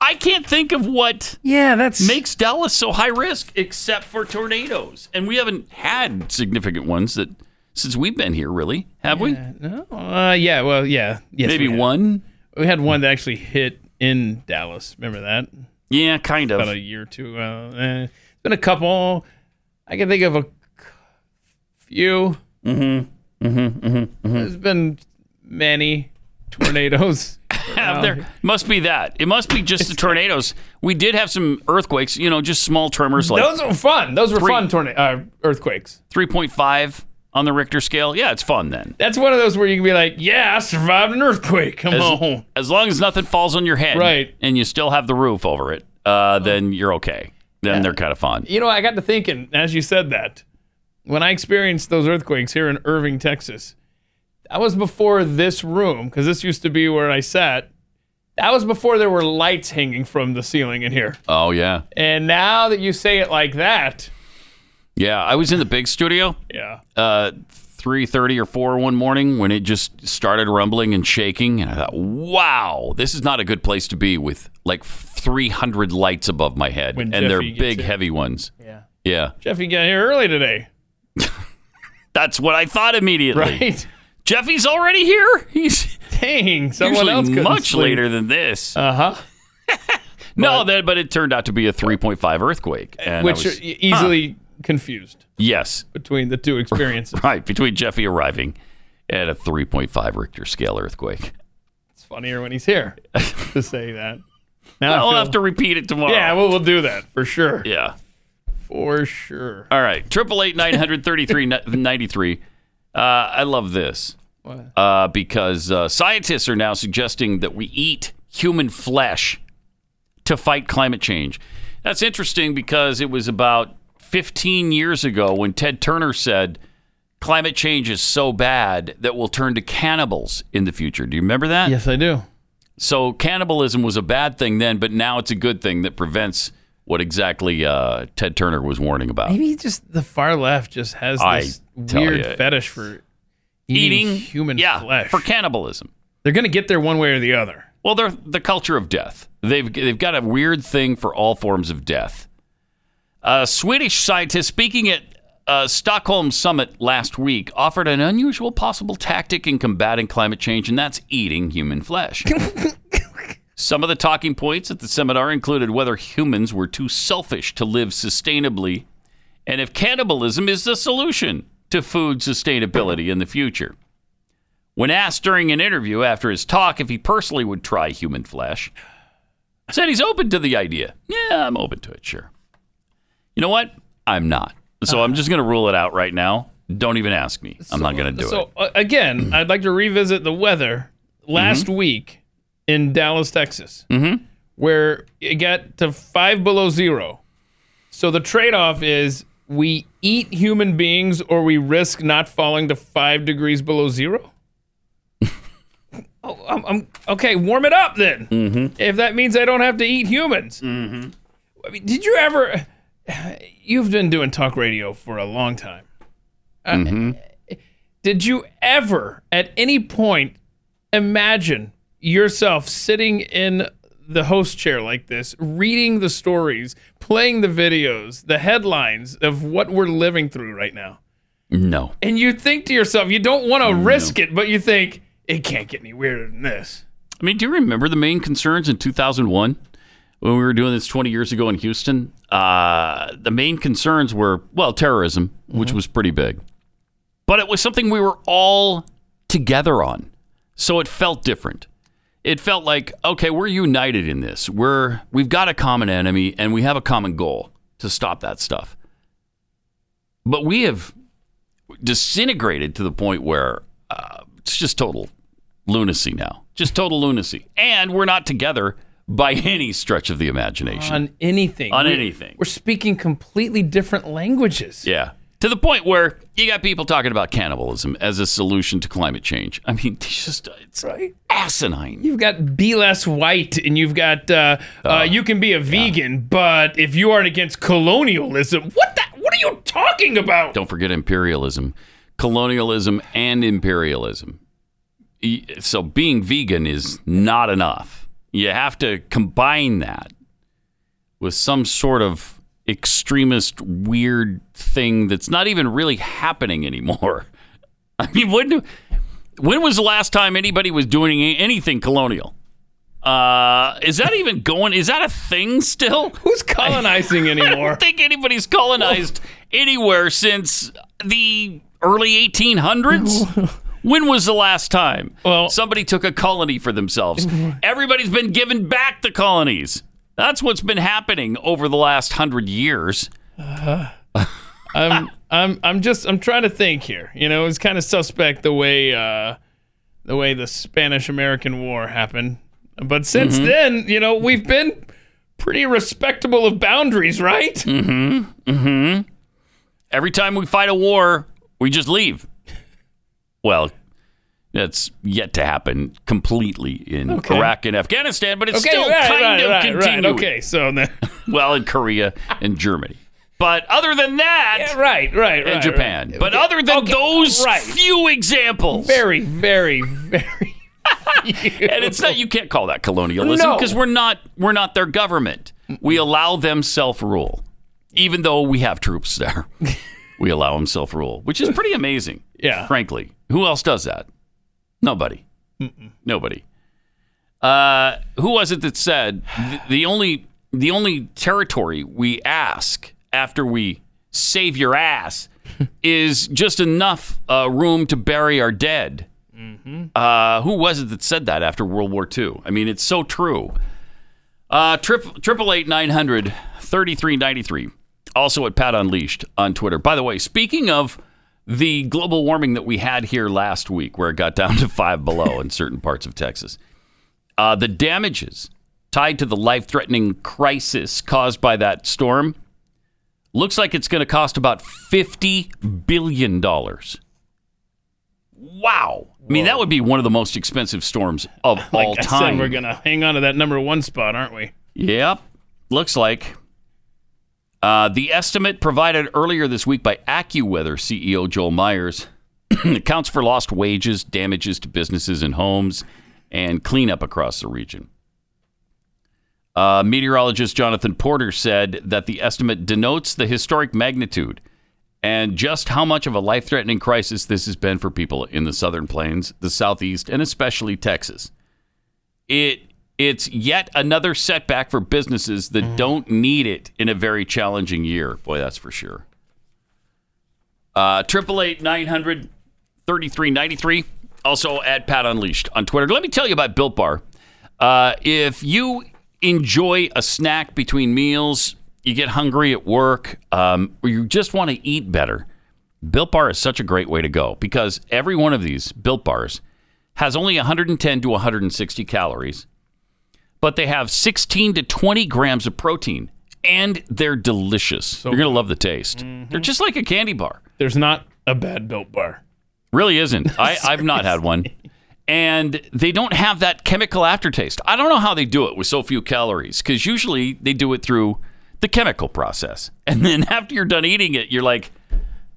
Speaker 2: I can't think of what
Speaker 3: Yeah, that's
Speaker 2: makes Dallas so high risk except for tornadoes, and we haven't had significant ones that since we've been here, really, have we?
Speaker 3: No. Uh, yeah. Well, yeah. Yes,
Speaker 2: Maybe
Speaker 3: we had.
Speaker 2: one.
Speaker 3: We had one that actually hit in Dallas. Remember that?
Speaker 2: Yeah, kind of.
Speaker 3: About a year or two. Uh, eh, it's been a couple. I can think of a c- few.
Speaker 2: Mm-hmm. Mm-hmm. Mm-hmm.
Speaker 3: There's been many tornadoes.
Speaker 2: have there must be that it must be just the tornadoes we did have some earthquakes you know just small tremors like
Speaker 3: Those were fun. Those were
Speaker 2: Three.
Speaker 3: fun torna- uh, earthquakes.
Speaker 2: 3.5 on the richter scale yeah it's fun then
Speaker 3: That's one of those where you can be like, "Yeah, I survived an earthquake. Come
Speaker 2: as,
Speaker 3: on."
Speaker 2: as long as nothing falls on your head
Speaker 3: Right.
Speaker 2: and you still have the roof over it uh, then you're okay then they're kind of fun
Speaker 3: You know, I got to thinking as you said that when I experienced those earthquakes here in Irving, Texas, that was before this room because this used to be where I sat. That was before there were lights hanging from the ceiling in here.
Speaker 2: oh yeah
Speaker 3: And now that you say it like that,
Speaker 2: yeah i was in the big studio
Speaker 3: yeah,
Speaker 2: uh, 3.30 or 4 one morning when it just started rumbling and shaking and i thought wow this is not a good place to be with like 300 lights above my head
Speaker 3: When
Speaker 2: and they're
Speaker 3: Jeffy gets
Speaker 2: big
Speaker 3: here.
Speaker 2: heavy ones
Speaker 3: Yeah.
Speaker 2: yeah
Speaker 3: Jeffy got here early today,
Speaker 2: that's what i thought immediately
Speaker 3: right?
Speaker 2: jeffy's already here he's
Speaker 3: Dang, someone
Speaker 2: usually
Speaker 3: else couldn't
Speaker 2: much
Speaker 3: sleep.
Speaker 2: later than this
Speaker 3: Uh huh.
Speaker 2: no that, but it turned out to be a 3.5 earthquake and I
Speaker 3: Which
Speaker 2: was-
Speaker 3: are e- easily confused
Speaker 2: yes
Speaker 3: between the two experiences.
Speaker 2: right between jeffy arriving and a 3.5 richter scale earthquake
Speaker 3: It's funnier when he's here to say that. Now I
Speaker 2: i'll
Speaker 3: feel-
Speaker 2: have to repeat it tomorrow
Speaker 3: Uh, Yeah, we'll, we'll do that for sure.
Speaker 2: yeah
Speaker 3: For sure.
Speaker 2: All right, triple eight nine hundred thirty three ninety three. Uh, I love this uh, because uh, scientists are now suggesting that we eat human flesh to fight climate change. That's interesting because it was about 15 years ago when Ted Turner said climate change is so bad that we'll turn to cannibals in the future. Do you remember that?
Speaker 3: Yes, I do.
Speaker 2: So cannibalism was a bad thing then, but now it's a good thing that prevents what exactly uh, Ted Turner was warning about.
Speaker 3: Maybe just the far left just has
Speaker 2: Uh, I
Speaker 3: this
Speaker 2: tell
Speaker 3: weird
Speaker 2: ya.
Speaker 3: fetish for eating,
Speaker 2: eating
Speaker 3: human
Speaker 2: yeah,
Speaker 3: flesh.
Speaker 2: for cannibalism.
Speaker 3: They're going to get there one way or the other.
Speaker 2: Well, they're the culture of death. They've they've got a weird thing for all forms of death. A Swedish scientist speaking at a Stockholm summit last week offered an unusual possible tactic in combating climate change, and that's eating human flesh. Some of the talking points at the seminar included whether humans were too selfish to live sustainably and if cannibalism is the solution to food sustainability in the future. When asked during an interview after his talk if he personally would try human flesh, said he's open to the idea. Yeah, I'm open to it, sure. You know what? I'm not. So I'm just going to rule it out right now. Don't even ask me. I'm not going to do it.
Speaker 3: Uh-huh. So, uh, again,
Speaker 2: Mm-hmm.
Speaker 3: I'd like to revisit the weather last week in Dallas, Texas.
Speaker 2: Mhm.
Speaker 3: where it got to five below zero. So the trade off is we eat human beings or we risk not falling to five degrees below zero? oh, I'm, I'm, okay, warm it up then.
Speaker 2: Mm-hmm.
Speaker 3: If that means I don't have to eat humans.
Speaker 2: Mm-hmm.
Speaker 3: I mean, did you ever? You've been doing talk radio for a long time. Uh, Did you ever, at any point, imagine yourself sitting in the host chair like this, reading the stories, playing the videos, the headlines of what we're living through right now?
Speaker 2: No.
Speaker 3: And you think to yourself, you don't want to
Speaker 2: Mm,
Speaker 3: risk it, but you think it can't get any weirder than this.
Speaker 2: I mean, do you remember the main concerns in 2001 when we were doing this 20 years ago in Houston? Uh, the main concerns were, well, terrorism, which was pretty big, but it was something we were all together on. So it felt different. It felt like, okay, we're united in this. We're, we've got a common enemy and we have a common goal to stop that stuff. But we have disintegrated to the point where uh, it's just total lunacy now. Just total lunacy. And we're not together by any stretch of the imagination.
Speaker 3: On anything.
Speaker 2: On
Speaker 3: We-
Speaker 2: anything.
Speaker 3: We're speaking completely different languages.
Speaker 2: Yeah. To the point where you got people talking about cannibalism as a solution to climate change. I mean, it's just it's asinine.
Speaker 3: You've got be less white, and you've got uh, uh, you can be a vegan, but if you aren't against colonialism, what the, what are you talking about?
Speaker 2: Don't forget imperialism, colonialism, and imperialism. E- So being vegan is not enough. You have to combine that with some sort of extremist weird thing that's not even really happening anymore. I mean, when do, when was the last time anybody was doing a- anything colonial? Uh, is that even going? Is that a thing still?
Speaker 3: Who's colonizing
Speaker 2: I
Speaker 3: anymore?
Speaker 2: don't think anybody's colonized anywhere since the early 1800s. when was the last time well, somebody took a colony for themselves? Everybody's been given back the colonies. That's what's been happening over the last hundred years.
Speaker 3: Uh, I'm I'm I'm just I'm trying to think here. You know, it's kind of suspect the way uh, the way the Spanish American War happened, but since
Speaker 2: Mhm.
Speaker 3: then, you know, we've been pretty respectable of boundaries, right?
Speaker 2: Mm-hmm. Mm-hmm. Every time we fight a war, we just leave. Well, that's yet to happen completely in
Speaker 3: Okay.
Speaker 2: Iraq and Afghanistan, but it's
Speaker 3: Okay,
Speaker 2: still
Speaker 3: right,
Speaker 2: kind
Speaker 3: right,
Speaker 2: of
Speaker 3: right, right.
Speaker 2: continuing.
Speaker 3: Okay, so then,
Speaker 2: well, in Korea and Germany, but other than that,
Speaker 3: right, right,
Speaker 2: and
Speaker 3: right,
Speaker 2: Japan.
Speaker 3: right.
Speaker 2: But
Speaker 3: Okay,
Speaker 2: other than
Speaker 3: okay,
Speaker 2: those
Speaker 3: right.
Speaker 2: few examples,
Speaker 3: very, very, very.
Speaker 2: and it's not you can't call that colonialism
Speaker 3: No.
Speaker 2: because we're not we're not their government. We allow them self rule, even though we have troops there. we allow them self rule, which is pretty amazing.
Speaker 3: Yeah.
Speaker 2: frankly, who else does that? Nobody. Nobody. Uh, who was it that said th- the only the only territory we ask after we save your ass is just enough uh, room to bury our dead? Uh, who was it that said that after World War II? I mean, it's so true. Uh, triple eight nine hundred thirty three ninety three. Also at Pat Unleashed on Twitter. By the way, speaking of the global warming that we had here last week, where it got down to five below in certain parts of Texas, uh, the damages tied to the life-threatening crisis caused by that storm looks like it's going to cost about fifty billion dollars. Wow. I mean, that would be one of the most expensive storms of all
Speaker 3: I
Speaker 2: time.
Speaker 3: said we're gonna hang on to that number one spot, aren't we?
Speaker 2: Yep. Looks like. Uh, the estimate provided earlier this week by AccuWeather CEO Joel Myers accounts for lost wages, damages to businesses and homes, and cleanup across the region. Uh, meteorologist Jonathan Porter said that the estimate denotes the historic magnitude and just how much of a life threatening crisis this has been for people in the southern plains, the southeast, and especially Texas it it's yet another setback for businesses that don't need it in a very challenging year. Boy, that's for sure. Uh, Triple eight nine hundred thirty three ninety three. Also at Pat Unleashed on Twitter. Let me tell you about Built Bar. Uh, if you enjoy a snack between meals, you get hungry at work, um, or you just want to eat better, Built Bar is such a great way to go because every one of these Built Bars has only 110 to 160 calories but they have 16 to 20 grams of protein, and they're delicious. You're gonna love the taste.
Speaker 3: Mm-hmm.
Speaker 2: They're just like a candy bar.
Speaker 3: There's not a bad built bar.
Speaker 2: Really isn't. I, I've not had one. And they don't have that chemical aftertaste. I don't know how they do it with so few calories because usually they do it through the chemical process. And then after you're done eating it, you're like,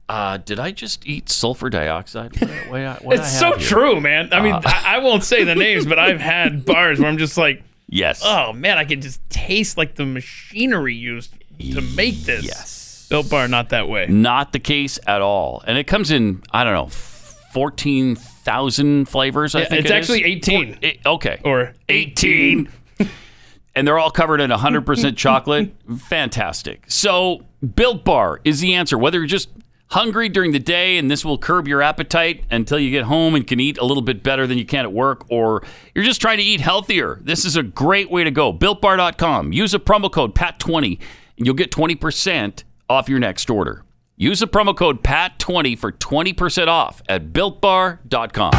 Speaker 2: uh, did I just eat sulfur dioxide? What, what, what I
Speaker 3: it's so
Speaker 2: have here?
Speaker 3: true, man. I mean,
Speaker 2: Uh.
Speaker 3: I, I won't say the names, but I've had bars where I'm just like,
Speaker 2: Yes.
Speaker 3: oh man, I can just taste like the machinery used to make this. Yes, built bar, not that way.
Speaker 2: Not the case at all. And it comes in, I don't know, 14,000 flavors, I
Speaker 3: Yeah,
Speaker 2: think
Speaker 3: it's
Speaker 2: it is.
Speaker 3: actually 18.
Speaker 2: Four- eh, okay.
Speaker 3: Or
Speaker 2: 18. and they're all covered in 100% chocolate. Fantastic. So, Built Bar is the answer. Whether you're just hungry during the day and this will curb your appetite until you get home and can eat a little bit better than you can at work, or you're just trying to eat healthier, this is a great way to go. BuiltBar.com. Use a promo code PAT20 and you'll get 20% off your next order. Use the promo code PAT20 for 20% off at BuiltBar.com.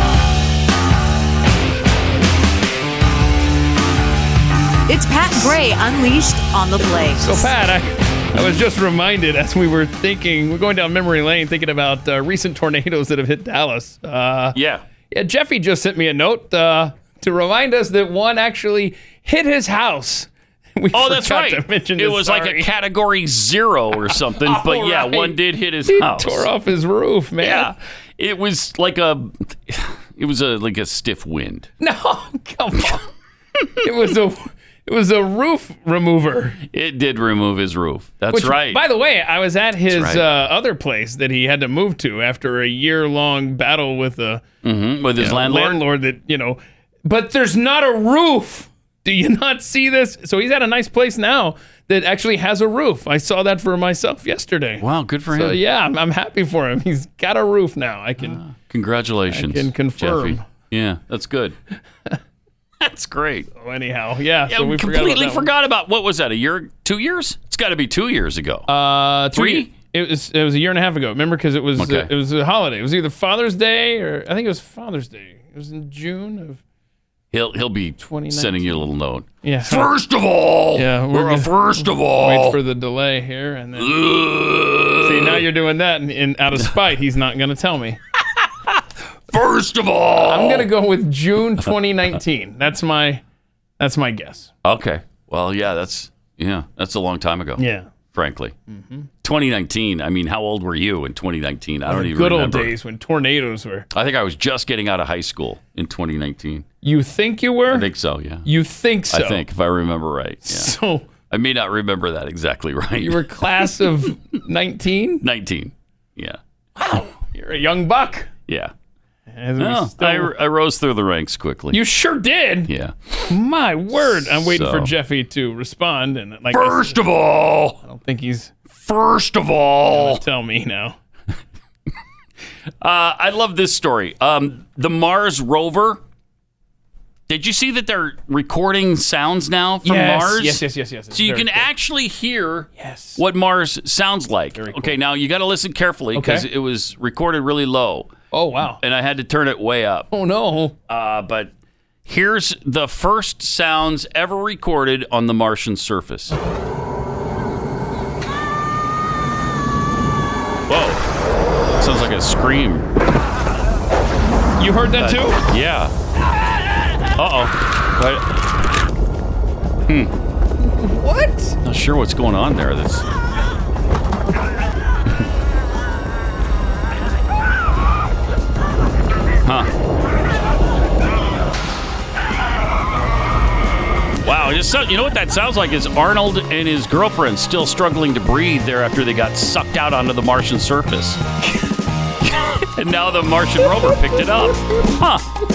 Speaker 20: It's Pat Gray Unleashed on the Blaze.
Speaker 3: So Pat, I, I was just reminded as we were thinking, we're going down memory lane, thinking about uh, recent tornadoes that have hit Dallas. Uh,
Speaker 2: yeah.
Speaker 3: Yeah. Jeffy just sent me a note uh, to remind us that one actually hit his house. We
Speaker 2: oh, that's
Speaker 3: forgot
Speaker 2: right.
Speaker 3: to mention
Speaker 2: it
Speaker 3: this,
Speaker 2: was like
Speaker 3: sorry.
Speaker 2: a category zero or something. but yeah,
Speaker 3: right.
Speaker 2: one did hit his
Speaker 3: He
Speaker 2: house.
Speaker 3: tore off his roof, man.
Speaker 2: Yeah, it was like a, it was a like a stiff wind.
Speaker 3: No, come on. it was a it was a roof remover.
Speaker 2: It did remove his roof. That's
Speaker 3: Which,
Speaker 2: right.
Speaker 3: By the way, I was at his
Speaker 2: right.
Speaker 3: uh, other place that he had to move to after a year long battle with a
Speaker 2: Mhm, with his
Speaker 3: you know,
Speaker 2: landlord?
Speaker 3: that you know. But there's not a roof. Do you not see this? So he's at a nice place now that actually has a roof. I saw that for myself yesterday.
Speaker 2: Wow, good for
Speaker 3: So
Speaker 2: him.
Speaker 3: yeah, I'm, I'm happy for him. He's got a roof now. I can.
Speaker 2: Congratulations.
Speaker 3: I can confirm.
Speaker 2: Jeffy. Yeah, that's good. that's great.
Speaker 3: So oh, anyhow, yeah.
Speaker 2: Yeah,
Speaker 3: so we
Speaker 2: we
Speaker 3: forgot about
Speaker 2: completely
Speaker 3: that one.
Speaker 2: forgot about what was that? A year? Two years? It's got to be two years ago.
Speaker 3: Uh, two
Speaker 2: Three?
Speaker 3: ye- It was it was a year and a half ago. Remember, because it was uh,
Speaker 2: Okay.
Speaker 3: it was a holiday. It was either Father's Day or I think it was Father's Day. It was in June of.
Speaker 2: He'll he'll be sending you a little note.
Speaker 3: Yeah.
Speaker 2: First of all,
Speaker 3: yeah,
Speaker 2: we're a
Speaker 3: gonna
Speaker 2: first of all.
Speaker 3: Wait for the delay here, and then see now you're doing that, and, and out of spite, he's not going to tell me.
Speaker 2: First of all,
Speaker 3: I'm going to go with June 2019. That's my that's my guess.
Speaker 2: Okay. Well, yeah, that's yeah, that's a long time ago.
Speaker 3: Yeah.
Speaker 2: Frankly, 2019. I mean, how old were you in 2019? I don't
Speaker 3: The
Speaker 2: even
Speaker 3: good
Speaker 2: remember.
Speaker 3: old days when tornadoes were.
Speaker 2: I think I was just getting out of high school in 2019.
Speaker 3: You think you were?
Speaker 2: I think so. Yeah.
Speaker 3: You think so?
Speaker 2: I think if I remember right. Yeah.
Speaker 3: So
Speaker 2: I may not remember that exactly right.
Speaker 3: you were class of 19.
Speaker 2: 19. Yeah.
Speaker 3: You're a young buck.
Speaker 2: Yeah.
Speaker 3: As we
Speaker 2: No,
Speaker 3: still-
Speaker 2: I, I rose through the ranks quickly.
Speaker 3: You sure did.
Speaker 2: Oh. yeah.
Speaker 3: My word. I'm waiting for
Speaker 2: So.
Speaker 3: Jeffy to respond. And like, I
Speaker 2: First
Speaker 3: said,
Speaker 2: of all,
Speaker 3: I don't think he's
Speaker 2: first of all,
Speaker 3: gonna tell me now.
Speaker 2: Uh, I love this story. Um, the Mars rover. Did you see that they're recording sounds now from
Speaker 3: Yes,
Speaker 2: Mars?
Speaker 3: yes, yes, yes, yes. It's
Speaker 2: So you
Speaker 3: very
Speaker 2: can
Speaker 3: cool.
Speaker 2: actually hear what Mars sounds like. Okay, now you got to listen carefully because
Speaker 3: Okay.
Speaker 2: it was recorded really low.
Speaker 3: Oh wow.
Speaker 2: And I had to turn it way up.
Speaker 3: Oh no.
Speaker 2: Uh, but here's the first sounds ever recorded on the Martian surface. Whoa. Sounds like a scream.
Speaker 3: You heard that too?
Speaker 2: Yeah. Uh oh. Right. Hmm.
Speaker 3: What?
Speaker 2: Not sure what's going on there. That's. huh. Wow. it Just so, you know what that sounds like is Arnold and his girlfriend still struggling to breathe there after they got sucked out onto the Martian surface. and now the Martian rover picked it up. Huh.